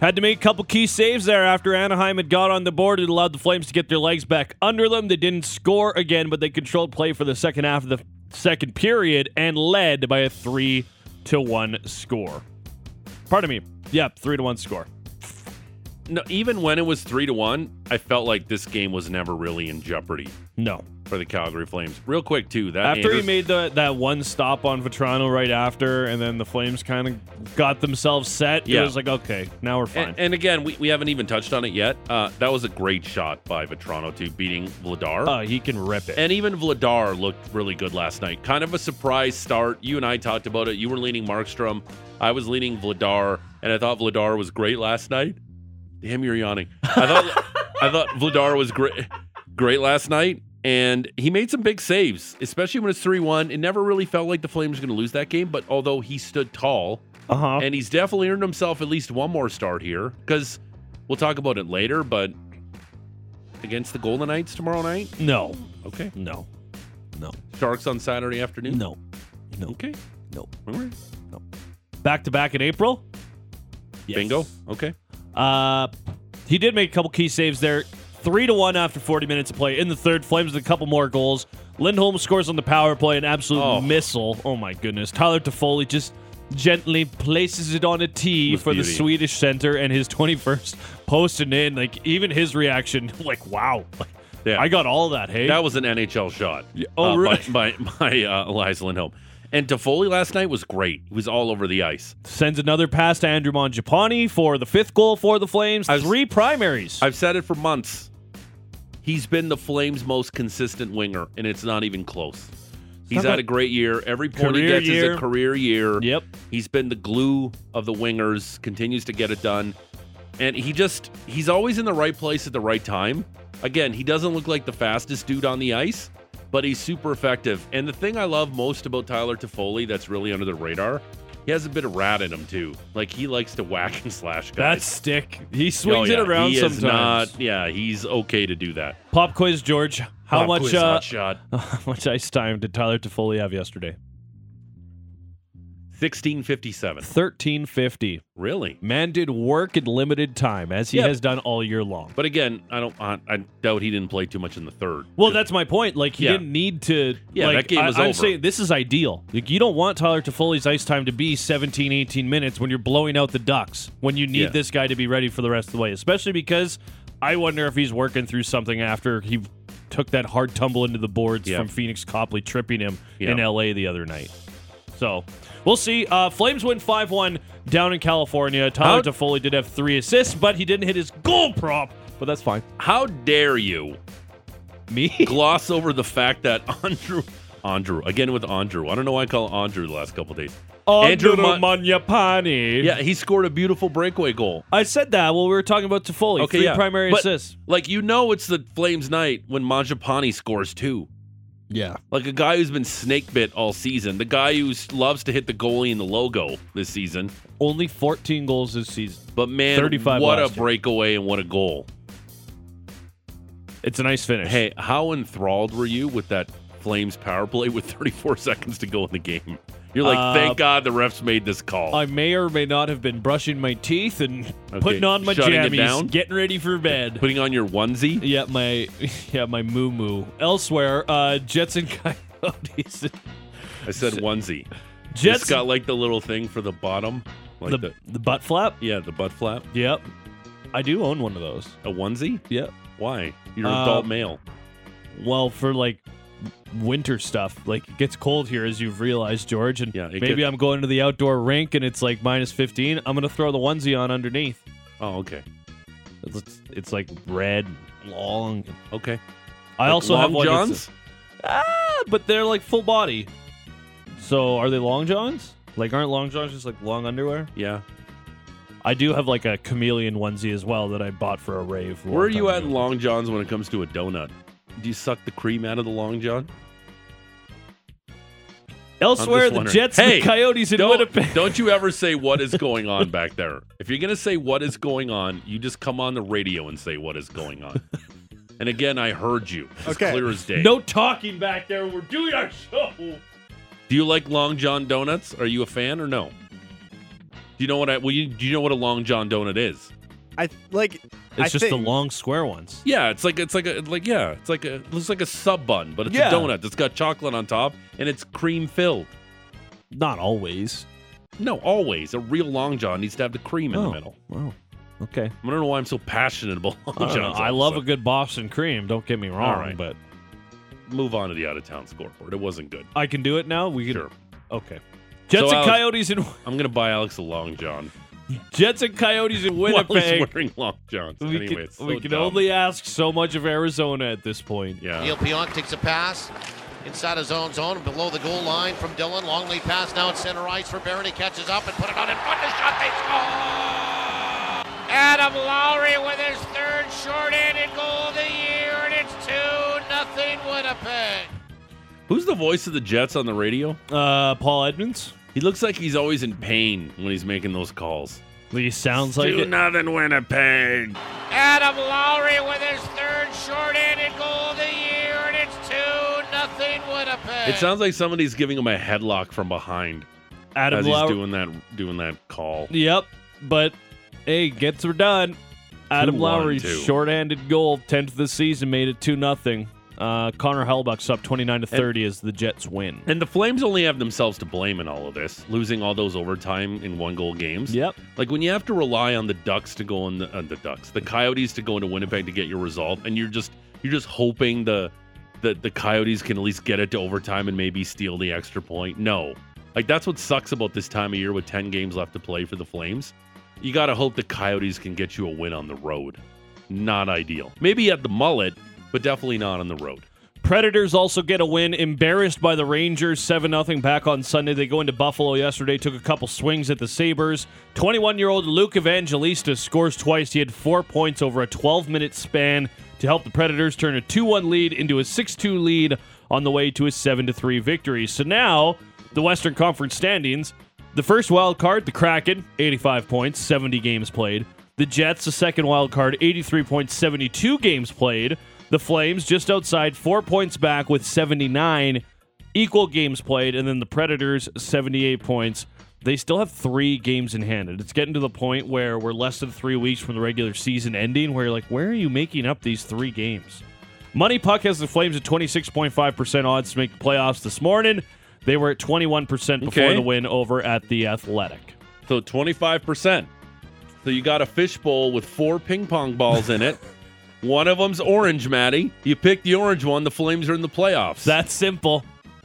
S3: Had to make a couple key saves there after Anaheim had got on the board. It allowed the Flames to get their legs back under them. They didn't score again, but they controlled play for the second half of the second period and led by a three to one score. Pardon me. Yep, three to one score.
S2: No, even when it was three to one, I felt like this game was never really in jeopardy
S3: No.
S2: for the Calgary Flames. Real quick, too. That
S3: After he
S2: Anderson-
S3: made the, that one stop on Vetrano right after, and then the Flames kind of got themselves set,
S2: Yeah.
S3: it was like, okay, now we're fine.
S2: And, and again, we, we haven't even touched on it yet. Uh, that was a great shot by Vetrano to beating Vladar.
S3: oh, he can rip it.
S2: And even Vladar looked really good last night. Kind of a surprise start. You and I talked about it. You were leaning Markstrom. I was leaning Vladar, and I thought Vladar was great last night. Damn, you're yawning. I thought I thought Vladar was great, great last night, and he made some big saves, especially when it's three one. It never really felt like the Flames were going to lose that game, but although he stood tall,
S5: Uh
S3: Uh-huh.
S5: huh.
S2: and he's definitely earned himself at least one more start here, because we'll talk about it later. But against the Golden Knights tomorrow night,
S3: No,
S2: okay.
S3: no,
S2: Sharks on Saturday afternoon.
S3: no.
S2: Okay.
S3: No.
S2: All right.
S3: Back to back in April. Yes.
S2: Bingo. Okay.
S3: Uh, he did make a couple key saves there. Three to one after 40 minutes of play in the third. Flames with a couple more goals. Lindholm scores on the power play, an absolute
S2: Oh.
S3: missile. Oh my goodness! Tyler Toffoli just gently places it on a tee
S2: With
S3: for the
S2: beauty.
S3: Swedish center and his (laughs) 21st posting in. Like even his reaction, (laughs) like wow, Like,
S2: Yeah.
S3: I got all that. Hey,
S2: That was an NHL shot.
S3: oh,
S2: uh,
S3: right.
S2: By, (laughs) by, by uh, Elias Lindholm. And Toffoli last night was great. He was all over the ice.
S3: sends another pass to Andrew Mangiapane for the fifth goal for the Flames.
S2: I've-
S3: Three primaries.
S2: I've said it for months. He's been the Flames' most consistent winger, and it's not even close. He's
S3: not
S2: had
S3: bad.
S2: a great year. Every point he
S3: Career
S2: gets
S3: year.
S2: is a career year.
S3: yep.
S2: He's been the glue of the wingers, continues to get it done. And he just, he's always in the right place at the right time. Again, he doesn't look like the fastest dude on the ice, but he's super effective. And the thing I love most about Tyler Toffoli that's really under the radar, he has a bit of rat in him too. Like he likes to whack and slash
S3: That
S2: guys.
S3: stick. He swings
S2: Oh, yeah.
S3: it around
S2: he
S3: sometimes.
S2: Is not, yeah, he's okay to do that.
S3: Pop quiz, George. How
S2: Pop
S3: much
S2: quiz,
S3: uh, (laughs)
S2: hot shot?
S3: how much ice time did Tyler Toffoli have yesterday?
S2: 1657.
S3: Thirteen fifty.
S2: Really?
S3: Man did work in limited time, as he
S2: Yeah.
S3: has done all year long.
S2: But again, I don't. I, I doubt he didn't play too much in the third.
S3: Well, that's my point. Like he
S2: Yeah.
S3: didn't need to.
S2: Yeah,
S3: like,
S2: that game was
S3: I, am
S2: over.
S3: saying this is ideal. Like you don't want Tyler Toffoli's ice time to be 17, 18 minutes when you're blowing out the Ducks. When you need
S2: Yeah.
S3: this guy to be ready for the rest of the way, especially because I wonder if he's working through something after he took that hard tumble into the boards
S2: Yeah.
S3: from Phoenix Copley tripping him
S2: Yeah.
S3: in L.A. the other night. So we'll see. Uh, Flames win five one down in California. Tyler
S2: How-
S3: Toffoli did have three assists, but he didn't hit his goal prop. But that's fine.
S2: How dare you
S3: (laughs) Me.
S2: gloss over the fact that Andrew, Andrew, again with Andrew. I don't know why I call him Andrew the last couple days. Andrew
S3: Andrew
S2: Mon-
S3: Mangiapane.
S2: Yeah, he scored a beautiful breakaway goal.
S3: I said that while we were talking about Toffoli.
S2: Okay,
S3: Three
S2: yeah.
S3: primary
S2: But-
S3: assists.
S2: Like you know, it's the Flames' night when Manjapani scores two.
S8: Yeah.
S2: Like a guy who's been snake bit all season, the guy who s- loves to hit the goalie in the logo this season.
S3: Only 14 goals this season.
S2: But man,
S3: 35
S2: what a
S3: last year.
S2: breakaway and what a goal!
S3: It's a nice finish.
S2: Hey, how enthralled were you with that Flames power play with (laughs) 34 seconds to go in the game? You're like,
S3: Uh,
S2: thank God the refs made this call.
S3: I may or may not have been brushing my teeth and
S2: Okay,
S3: putting on my
S2: shutting it
S3: jammies,
S2: down?
S3: getting ready for bed.
S2: Putting on your onesie.
S3: yeah, my (laughs) yeah, my moo moo. Elsewhere, uh, Jets and (laughs) Coyotes.
S2: I said onesie.
S3: Jets
S2: it's got like the little thing for the bottom, like
S3: the,
S2: the,
S3: the butt flap.
S2: yeah, the butt flap.
S3: Yep, I do own one of those.
S2: A onesie?
S3: Yep.
S2: Why? You're an
S3: Uh,
S2: adult male.
S3: Well, for like winter stuff, like it gets cold here, as you've realized, George. And
S2: Yeah, it
S3: maybe
S2: gets-
S3: I'm going to the outdoor rink and it's like minus 15. I'm going to throw the onesie on underneath.
S2: Oh, okay,
S3: It's, it's like red, long.
S2: okay.
S3: I
S2: Like
S3: also
S2: long
S3: have one that's-
S2: johns.
S3: ah, but they're like full body. So are they long johns? Like aren't long johns just like long underwear?
S2: Yeah.
S3: I do have like a chameleon onesie as well that I bought for a rave. a long
S2: Where are you
S3: time
S2: at in
S3: ago.
S2: long johns when it comes to a donut? Do you suck the cream out of the long john? I'm
S3: Elsewhere,
S2: just
S3: the
S2: wondering.
S3: Jets
S2: Hey,
S3: and the Coyotes in
S2: Don't, (laughs)
S3: Winnipeg.
S2: don't you ever say what is going on back there. If you're gonna say what is going on, you just come on the radio and say what is going on. and again, I heard you. As
S5: Okay.
S2: clear as day.
S3: No talking back there. We're doing our show.
S2: Do you like Long John donuts? Are you a fan or no? Do you know what I well you, do you know what a Long John donut is?
S5: I like.
S3: It's
S5: I
S3: just
S5: think,
S3: the long square ones.
S2: Yeah, it's like it's like a like yeah, it's like a it looks like a sub bun, but it's
S3: Yeah.
S2: a donut that's got chocolate on top and it's cream filled.
S8: Not always.
S2: No, always. A real Long John needs to have the cream in
S3: Oh.
S2: the middle.
S8: Wow.
S3: Okay.
S2: I don't know why I'm so passionate about Long
S3: I,
S2: Johns.
S3: love
S2: also.
S3: a good Boston cream. Don't get me wrong,
S2: right.
S3: but
S2: move on to the out of town scoreboard. It wasn't good.
S3: I can do it now. We can.
S2: Sure.
S3: Okay. Jets and
S2: Alex-
S3: Coyotes in (laughs)
S2: I'm gonna buy Alex a long john. (laughs)
S3: Jets and Coyotes in
S2: While he's
S3: Winnipeg.
S2: wearing long johns.
S3: We
S2: anyway,
S3: can,
S2: it's so
S3: we can
S2: dumb.
S3: only ask so much of Arizona at this point.
S2: yeah.
S6: Neil Pionk takes a pass inside his own zone, below the goal line from Dylan. Long lead pass now at center ice for Barron. He catches up and put it on in front. The shot, they score! Adam
S7: Rob Lowry with his third short-handed goal of the year, and it's 2 nothing Winnipeg.
S2: Who's the voice of the Jets on the radio?
S3: Uh, Paul Edmonds.
S2: He looks like he's always in pain when he's making those calls.
S3: He sounds like
S2: Two
S3: it.
S2: nothing Winnipeg.
S7: Adam Lowry with his third short-handed goal of the year, and it's 2 nothing Winnipeg.
S2: It sounds like somebody's giving him a headlock from behind
S3: Adam
S2: as
S3: Lowry.
S2: he's doing that doing that call.
S3: Yep, but hey, gets her done. Adam
S2: Two, one,
S3: Lowry's
S2: two.
S3: shorthanded goal, tenth of the season, made it two nothing. Uh, Connor Hellbuck's up twenty nine to thirty as the Jets
S2: (laughs)
S3: win.
S2: And the Flames only have themselves to blame in all of this, losing all those overtime in one goal games.
S3: Yep.
S2: Like when you have to rely on the Ducks to go in the, on the Ducks, the Coyotes to go into Winnipeg to get your result, and you're just you're just hoping the the, the Coyotes can at least get it to overtime and maybe steal the extra point. No, like that's what sucks about this time of year with ten games left to play for the Flames. You gotta hope the Coyotes can get you a win on the road. Not ideal. Maybe at the mullet, but definitely not on the road.
S3: Predators also get a win, embarrassed by the Rangers, 7 0 back on Sunday. They go into Buffalo yesterday, took a couple swings at the Sabres. 21 year old Luke Evangelista scores twice. He had four points over a 12 minute span to help the Predators turn a 2 1 lead into a 6 2 lead on the way to a 7 3 victory. So now, the Western Conference standings the first wild card, the Kraken, 85 points, 70 games played. The Jets, the second wild card, 83 points, 72 games played. The Flames just outside, four points back with 79 equal games played. And then the Predators, 78 points. They still have three games in hand. And it's getting to the point where we're less than three weeks from the regular season ending, where you're like, where are you making up these three games? Money Puck has the Flames at 26.5% odds to make the playoffs this morning. They were at 21% before
S2: Okay.
S3: the win over at the Athletic.
S2: So 25%. So you got a fishbowl with four ping pong balls
S3: (laughs)
S2: in it. one of them's orange, Maddie. You pick the orange one, the Flames are in the playoffs.
S3: That's simple.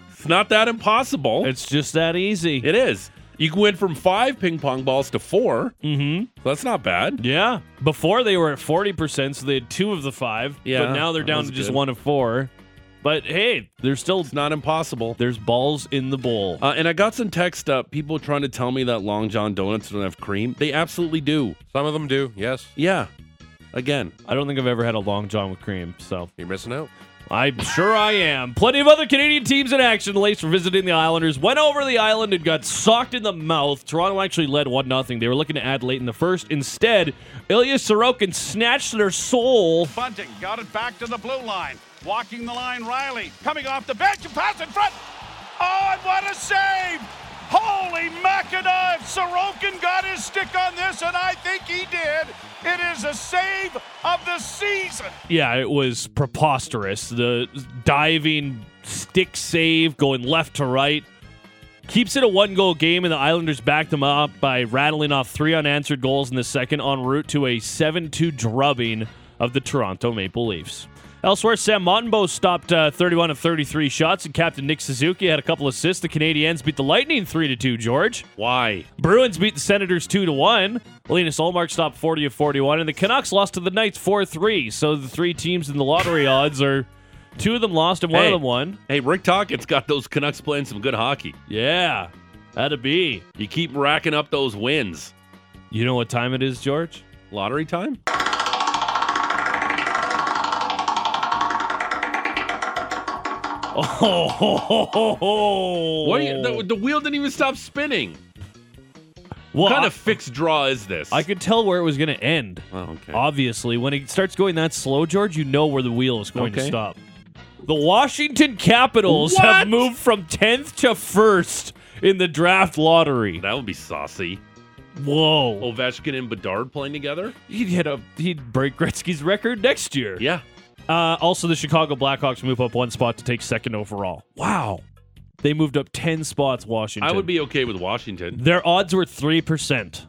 S2: That's not that impossible.
S3: It's just that easy.
S2: It is. You went from five ping pong balls to four.
S3: mm-hmm.
S2: So that's not bad.
S3: Yeah. Before they were at 40%, so they had two of the five.
S2: Yeah,
S3: But now they're
S2: that
S3: down
S2: was
S3: to just
S2: good.
S3: one of four. But hey, there's still
S2: It's not impossible.
S3: there's balls in the bowl.
S2: Uh, and I got some text up, people trying to tell me that Long John Donuts don't have cream. They absolutely do.
S4: Some of them do. Yes,
S2: Yeah. Again,
S3: I don't think I've ever had a long john with cream, so
S4: you're missing out.
S3: I'm sure I am. Plenty of other Canadian teams in action. The Leafs were visiting the Islanders, went over the island and got socked in the mouth. Toronto actually led 1 0. They were looking to add late in the first. Instead, Ilya Sorokin snatched their soul.
S10: Bunting got it back to the blue line. Walking the line, Riley. Coming off the bench and pass in front. Oh, and what a save! Holy Mackinac! If Sorokin got his stick on this, and I think he did, it is a save of the season.
S3: Yeah, it was preposterous. The diving stick save going left to right. Keeps it a one goal game, and the Islanders backed them up by rattling off three unanswered goals in the second en route to a 7 2 drubbing of the Toronto Maple Leafs. Elsewhere, Sam Montembeau stopped uh, 31 of 33 shots, and Captain Nick Suzuki had a couple assists. The Canadiens beat the Lightning 3 2, George.
S2: why?
S3: Bruins beat the Senators 2 to 1. Linus Olmark stopped 40 of 41 and the Canucks lost to the Knights 4-3. So the three teams in the lottery odds are two of them lost and one
S2: Hey.
S3: of them won.
S2: Hey, Rick Tockett's got those Canucks playing some good hockey.
S3: Yeah. That'd be.
S2: You keep racking up those wins.
S3: You know what time it is, George? (laughs)
S2: Lottery time?
S3: Oh, ho, ho, ho, ho.
S2: What are you, the, the wheel didn't even stop spinning.
S3: well,
S2: What kind
S3: I-
S2: of fixed draw is this?
S3: I could tell where it was going to end.
S2: Oh, okay.
S3: Obviously, when it starts going that slow, George, you know where the wheel is going to
S2: Okay.
S3: stop. The Washington Capitals
S2: What?
S3: have moved from 10th to 1st in the draft lottery.
S2: that would be saucy.
S3: Whoa.
S2: Ovechkin and Bedard playing together?
S3: He'd hit a he'd break Gretzky's record next year.
S2: Yeah.
S3: Uh, also the Chicago Blackhawks move up one spot to take second overall. Wow. They moved up 10 spots Washington.
S2: I would be okay with Washington.
S3: Their odds were 3%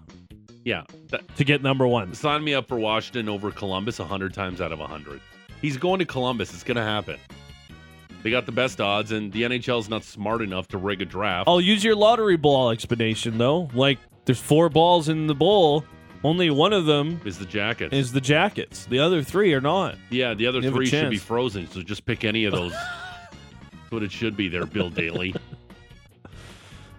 S2: Yeah. That,
S3: to get number 1.
S2: sign me up for Washington over Columbus 100 times out of 100. He's going to Columbus. It's going to happen. They got the best odds, and the NHL's not smart enough to rig a draft.
S3: I'll use your lottery ball explanation though. Like there's four balls in the bowl, only one of them
S2: Is the Jackets.
S3: is the Jackets. The other three are not.
S2: yeah, the other
S3: You have a
S2: three should be
S3: chance.
S2: frozen, so just pick any of those. That's what it should be there, Bill Daly.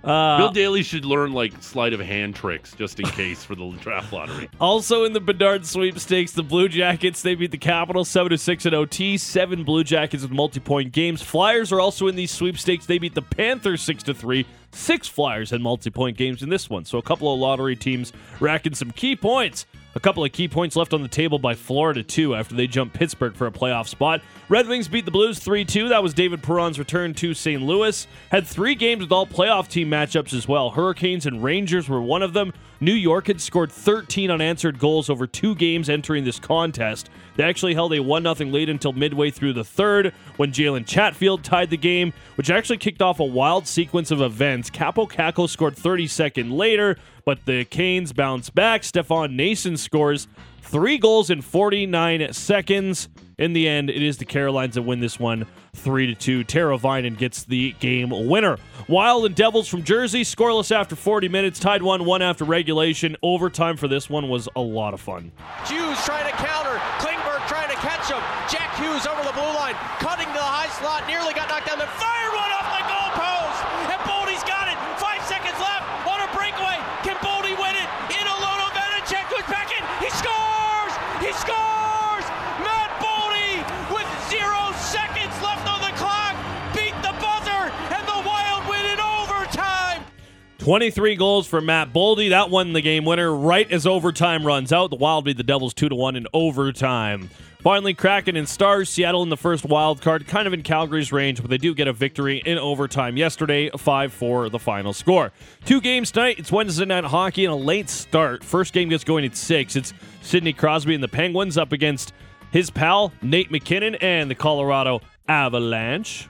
S3: Uh,
S2: Bill Daly should learn like sleight of hand tricks just in case for the draft lottery.
S3: Also in the Bedard sweepstakes, the Blue Jackets they beat the Capitals seven to six in OT. Seven Blue Jackets with multi-point games. Flyers are also in these sweepstakes. They beat the Panthers six to three. Six Flyers had multi-point games in this one. So a couple of lottery teams racking some key points. A couple of key points left on the table by Florida too after they jump Pittsburgh for a playoff spot. Red Wings beat the Blues 3-2. That was David Perron's return to St. Louis. Had 3 games with all playoff team matchups as well. Hurricanes and Rangers were one of them. New York had scored 13 unanswered goals over 2 games entering this contest. They actually held a 1 0 lead until midway through the 3rd when Jalen Chatfield tied the game, which actually kicked off a wild sequence of events. Capo Caco scored 30 seconds later but the Canes bounce back. Stefan Nason scores three goals in 49 seconds. In the end, it is the Carolines that win this one, three to two. Tara Vinen gets the game winner. Wild and Devils from Jersey, scoreless after 40 minutes, tied one-one after regulation. Overtime for this one was a lot of fun.
S11: Hughes trying to counter. Klingberg trying to catch him. Jack Hughes over the blue line, cutting to the high slot, nearly got knocked down. Then fired one off the goalpost, and Boldy's got it. Five seconds left on a breakaway. Can Boldy win it? In Alono Vanacek goes back in. He scores! He scores! Matt Boldy with zero seconds left on the clock beat the buzzer, and the Wild win in overtime.
S3: 23 goals for Matt Boldy. That won the game winner right as overtime runs out. The Wild beat the Devils 2 to 1 in overtime. Finally, Kraken and Stars, Seattle in the first wild card, kind of in Calgary's range, but they do get a victory in overtime yesterday, 5 4, the final score. Two games tonight. It's Wednesday night hockey and a late start. First game gets going at 6. It's Sidney Crosby and the Penguins up against his pal, Nate McKinnon, and the Colorado Avalanche.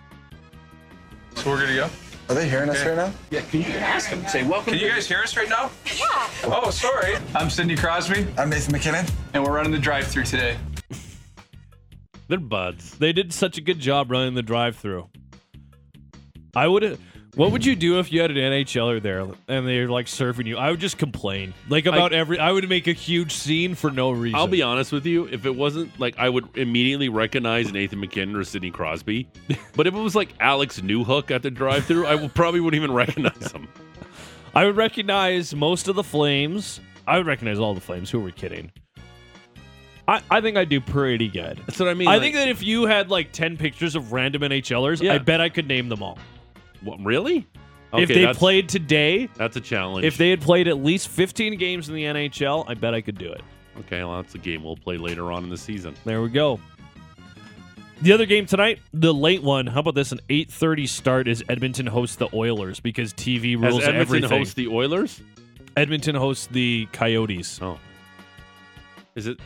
S12: So we're good to go?
S13: Are they hearing us right now?
S12: Yeah, can you ask them? Say, welcome. Can you guys hear us right now?
S13: Yeah.
S12: Oh, sorry. I'm Sidney Crosby.
S13: I'm Nathan McKinnon.
S12: And we're running the drive through today.
S3: They're buds. They did such a good job running the drive-through. I would. What would you do if you had an NHLer er there and they're like serving you? I would just complain, like about every. I would make a huge scene for no reason.
S2: I'll be honest with you. If it wasn't like I would immediately recognize Nathan McKinnon or Sidney Crosby, but if it was like Alex Newhook at the drive-through, I would- probably wouldn't even recognize him.
S3: I would recognize most of the Flames. I would recognize all the Flames. Who are we kidding? I, I think I do pretty good.
S2: That's what I mean.
S3: I
S2: like-
S3: think that if you had like ten pictures of random NHLers, I
S2: Yeah.
S3: bet I could name them all.
S2: What, really?
S3: if
S2: Okay,
S3: they
S2: that's-
S3: played today,
S2: that's a challenge.
S3: If they had played at least 15 games in the NHL, I bet I could do it.
S2: Okay, well, that's a game we'll play later on in the season.
S3: There we go. The other game tonight, the late one. How about this? An 8:30 start is Edmonton hosts the Oilers because TV rules
S2: As Edmonton
S3: everything.
S2: hosts the Oilers.
S3: Edmonton hosts the Coyotes.
S2: Oh, is it?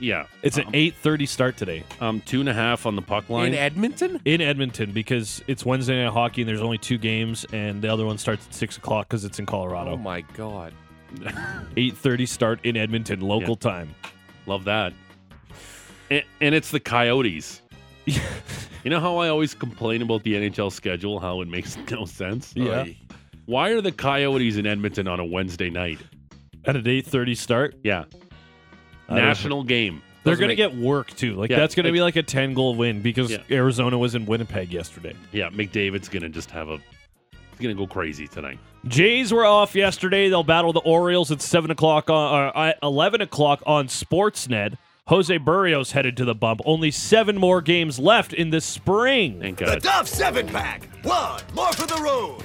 S2: Yeah,
S3: it's an 8:30 start today.
S2: Um, two and a half on the puck
S3: line
S4: Edmonton.
S3: In Edmonton because it's Wednesday night hockey and there's only two games, and the other one starts at six o'clock because it's in Colorado.
S4: Oh my god.
S2: Oh.
S3: 8:30 start in Edmonton local time.
S2: Love that. And, and it's the
S3: (laughs)
S2: Coyotes. you know how I always complain about the NHL schedule, how it makes (laughs) no sense?
S3: Yeah.
S2: Why are the Coyotes in Edmonton on a Wednesday night?
S3: At an 8:30 start?
S2: Yeah.
S3: I don't-
S2: National game.
S3: They're gonna get work too. Like
S2: Yeah,
S3: that's gonna
S2: it-
S3: be like a ten goal win because
S2: Yeah.
S3: Arizona was in Winnipeg yesterday.
S2: Yeah, McDavid's going to just have a. He's going to go crazy tonight.
S3: Jays were off yesterday. They'll battle the Orioles at seven o'clock on uh, at eleven o'clock on Sportsnet. Jose Burrios headed to the bump. Only seven more games left in the spring.
S2: Thank
S14: The Duff 7 pack. One more for the road.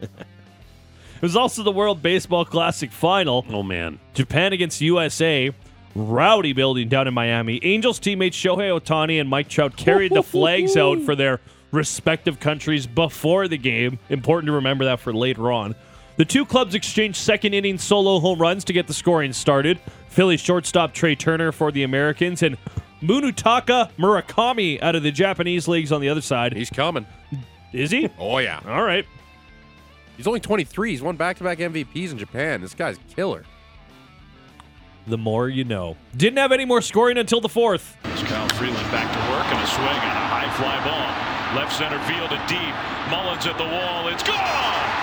S3: It was also the World Baseball Classic final.
S2: Oh man,
S3: Japan against USA. Rowdy building down in Miami. Angels teammates Shohei Otani and Mike Trout carried the flags out for their respective countries before the game. Important to remember that for later on. The two clubs exchanged second inning solo home runs to get the scoring started. Philly shortstop Trey Turner for the Americans and Munutaka Murakami out of the Japanese leagues on the other side. He's
S4: coming.
S3: Is he?
S4: Oh yeah.
S3: All right.
S4: He's only 23. He's won back-to-back MVPs in Japan. This guy's killer.
S3: The more you know. Didn't have any more scoring until the fourth.
S15: Here's Kyle Freeland back to work and a swing on a high fly ball. Left center field and deep. Mullins at the wall. It's gone!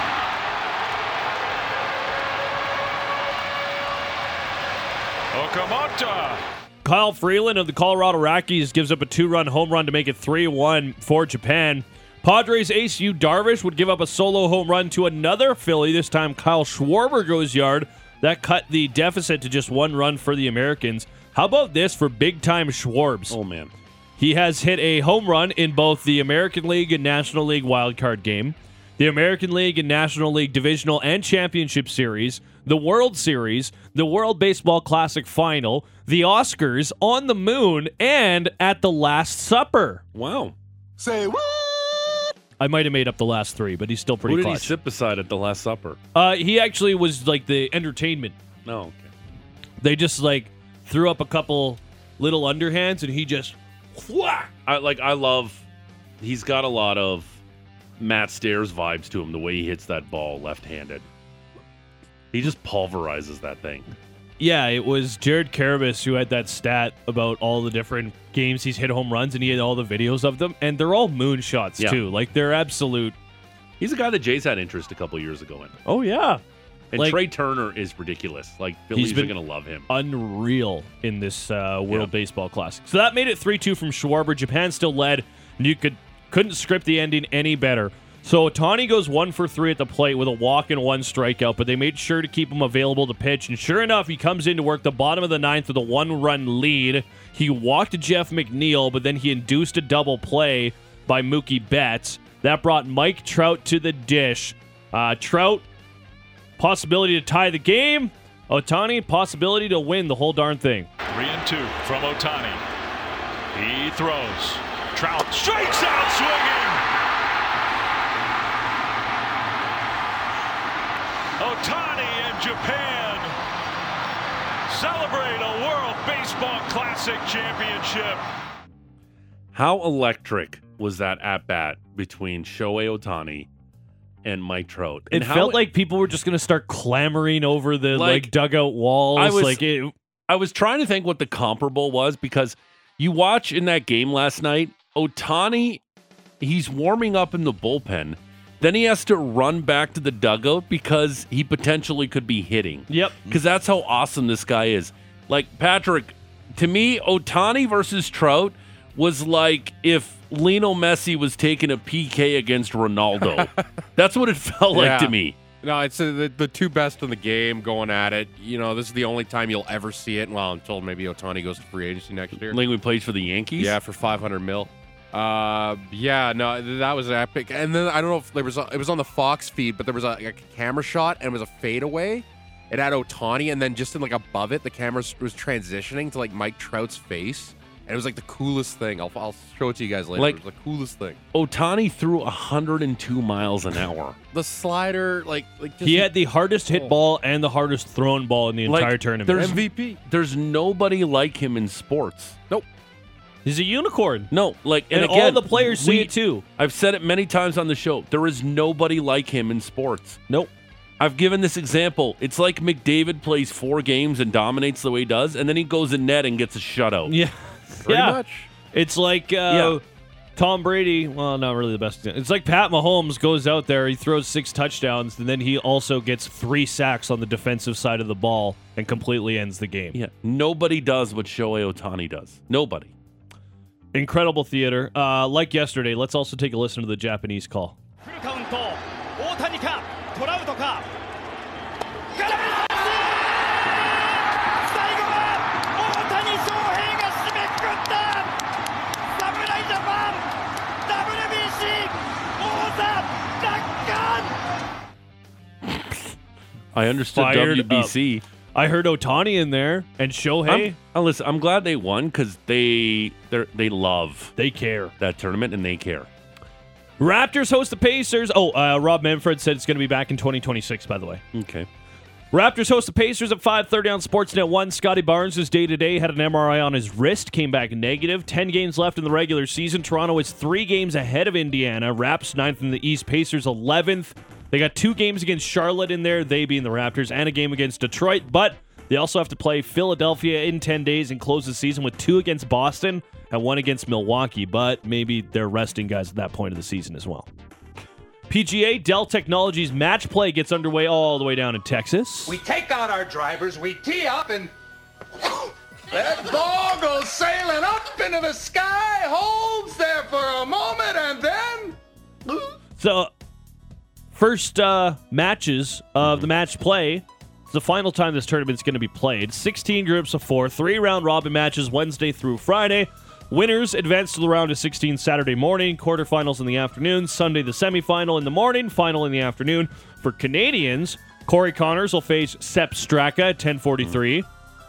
S15: Okamoto.
S3: Kyle Freeland of the Colorado Rockies gives up a two run home run to make it 3 1 for Japan. Padres ace Yu Darvish would give up a solo home run to another Philly. This time, Kyle Schwarber goes yard. That cut the deficit to just one run for the Americans. How about this for big time Schwarbs? Oh, man. He has hit a home run in both the American League and National League wildcard game, the American League and National League divisional and championship series, the World Series, the World Baseball Classic final, the Oscars, on the moon, and at the Last Supper. Wow.
S14: Say what?
S3: I might have made up the last three, but he's still pretty
S2: Who did
S3: clutch.
S2: he sit beside at the Last Supper?
S3: Uh, he actually was like the entertainment.
S2: No. okay.
S3: They just like threw up a couple little underhands, and he just
S2: I like. I love. He's got a lot of Matt Stairs vibes to him. The way he hits that ball left-handed, he just pulverizes that thing.
S3: yeah. It was Jared Carabas who had that stat about all the different games he's hit home runs, and he had all the videos of them, and they're all moonshots
S2: Yeah.
S3: too. Like they're absolute.
S2: He's a guy that Jays had interest a couple years ago in,
S3: Oh yeah,
S2: and
S3: Like-
S2: Trey Turner is ridiculous. Like Phillies
S3: been-
S2: are gonna love him.
S3: unreal in this uh, World Baseball Classic. So that made it 3 2 from Schwarber. Japan still led, and you could, couldn't script the ending any better. So Otani goes one for three at the plate with a walk and one strikeout, but they made sure to keep him available to pitch. And sure enough, he comes in to work the bottom of the ninth with a one run lead. He walked Jeff McNeil, but then he induced a double play by Mookie Betts. That brought Mike Trout to the dish. Uh, Trout possibility to tie the game. Otani, possibility to win the whole darn thing.
S15: Three and two from Otani. He throws. Trout strikes out swinging. Otani and Japan celebrate a World Baseball Classic championship.
S2: How electric was that at bat between Shohei Otani and Mike Trout?
S3: It
S2: And how
S3: felt like people were just going to start clamoring over the like,
S2: Like,
S3: dugout walls.
S2: I was
S3: like it,
S2: I was trying to think what the comparable was because you watch in that game last night, Otani, he's warming up in the bullpen. Then he has to run back to the dugout because he potentially could be hitting.
S3: Yep.
S2: Because that's how awesome this guy is. Like, Patrick, to me, Otani versus Trout was like if Lionel Messi was taking a PK against (laughs) Ronaldo. that's what it felt like to
S4: Yeah.
S2: me.
S4: No, it's uh, the, the two best in the game going at it. You know, this is the only time you'll ever see it. Well, until maybe Otani goes to free agency next year.
S2: Langley plays for the Yankees.
S4: Yeah, for 500 mil. Uh, yeah, no, th- that was epic. And then I don't know if there was a, it was on the Fox feed, but there was a, like, a camera shot and it was a fadeaway. It had Otani, and then just in like above it, the camera s- was transitioning to like Mike Trout's face, and it was like the coolest thing. I'll, I'll show it to you guys later.
S2: Like-
S4: it was the coolest thing.
S2: Otani threw 102 miles an hour.
S4: The slider, like, like just
S3: he had the hardest hit ball and the hardest thrown ball in the
S2: Like,
S3: (laughs) entire tournament.
S2: There's, There's nobody like him in sports.
S4: Nope.
S3: He's a unicorn.
S2: No, like and,
S3: And all
S2: again,
S3: the players see
S2: we-
S3: it too.
S2: I've said it many times on the show. There is nobody like him in sports.
S3: Nope.
S2: I've given this example. It's like McDavid plays four games and dominates the way he does, and then he goes in net and gets a shutout.
S3: (laughs) Yeah.
S2: Pretty
S3: yeah.
S2: much.
S3: It's like uh, Tom Brady. Well, not really the best. It's like Pat Mahomes goes out there, he throws six touchdowns, and then he also gets three sacks on the defensive side of the ball and completely ends the game.
S2: Yeah. Nobody does what Shohei Otani does. Nobody.
S3: Incredible theater. Uh, like yesterday, let's also take a listen to the Japanese call.
S16: フルカウント大谷かトラウトか最後は大谷翔平が締めくくった侍ジャパン WBC 王座奪還
S2: I understood
S3: Fired up.
S2: WBC.
S3: I heard Otani in there and Shohei.
S2: I'm, oh, listen, I'm glad they won because they they they love
S3: they care
S2: that tournament and they care.
S3: Raptors host the Pacers. Oh, uh, Rob Manfred said it's going to be back in 2026. By the way.
S2: Okay.
S3: Raptors host the Pacers at 5:30 on Sportsnet 1. Scotty Barnes is day to day had an MRI on his wrist, came back negative. 10 games left in the regular season. Toronto is 3 games ahead of Indiana. Raps 9th in the East, Pacers 11th. They got two games against Charlotte in there, they being the Raptors, and a game against Detroit, but they also have to play Philadelphia in 10 days and close the season with two against Boston and one against Milwaukee, but maybe they're resting guys at that point of the season as well. PGA Dell Technologies match play gets underway all the way down in Texas.
S14: We take out our drivers, we tee up, and (coughs) that ball goes sailing up into the sky, holds there for a moment, and then
S3: So, first uh, matches of the match play. It's the final time this tournament's going to be played. 16 groups of four, three round robin matches Wednesday through Friday. Winners advance to the round of 16 Saturday morning, quarterfinals in the afternoon, Sunday the semifinal in the morning, final in the afternoon. For Canadians, Corey Connors will face Sep Straka at 10:43.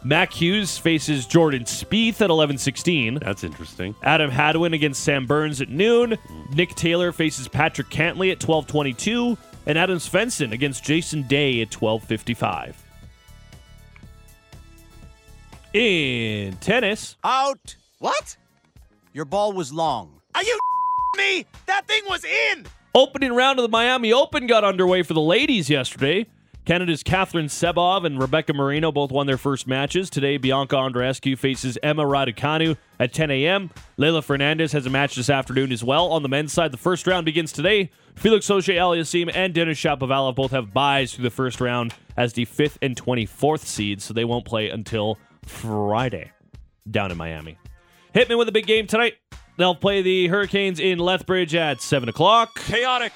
S3: Mac Hughes faces Jordan Spieth at 11:16.
S2: That's interesting.
S3: Adam Hadwin against Sam Burns at noon. Nick Taylor faces Patrick Cantley at 12:22, and Adam Svensson against Jason Day at 12:55. In tennis,
S17: Out. What? Your ball was long.
S7: Are
S5: (laughs)
S7: you me? That thing was in.
S3: opening round of the Miami Open got underway for the ladies yesterday. Canada's Catherine Sebov and Rebecca Marino both won their first matches. Today, Bianca Andreescu faces Emma Raducanu at 10 a.m. Leila Fernandez has a match this afternoon as well. On the men's side, the first round begins today. Felix Oje Aliassime and Denis Shapovalov both have buys through the first round as the 5th and 24th seeds, so they won't play until Friday down in Miami. Hitman with a big game tonight. They'll play the Hurricanes in Lethbridge at 7 o'clock.
S9: Chaotic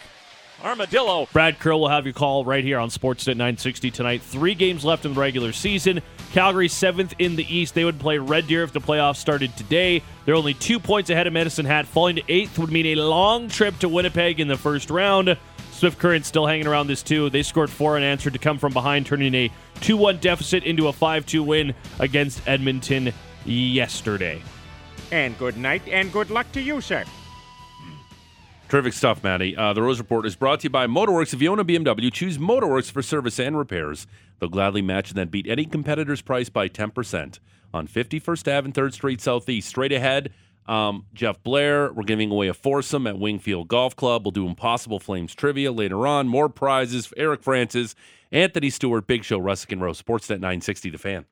S9: armadillo.
S3: Brad Curl will have your call right here on Sportsnet 960 tonight. Three games left in the regular season. Calgary seventh in the East. They would play Red Deer if the playoffs started today. They're only two points ahead of Medicine Hat. Falling to eighth would mean a long trip to Winnipeg in the first round. Swift Current still hanging around this too. They scored four and answered to come from behind, turning a 2 1 deficit into a 5 2 win against Edmonton yesterday.
S18: And good night and good luck to you, sir.
S2: Terrific stuff, Maddie. Uh, the Rose Report is brought to you by Motorworks. If you own a BMW, choose Motorworks for service and repairs. They'll gladly match and then beat any competitor's price by 10% on 51st Ave and 3rd Street Southeast. Straight ahead, um, Jeff Blair. We're giving away a foursome at Wingfield Golf Club. We'll do Impossible Flames trivia later on. More prizes. Eric Francis, Anthony Stewart, Big Show, Russick and Rose. Sportsnet 960, The Fan.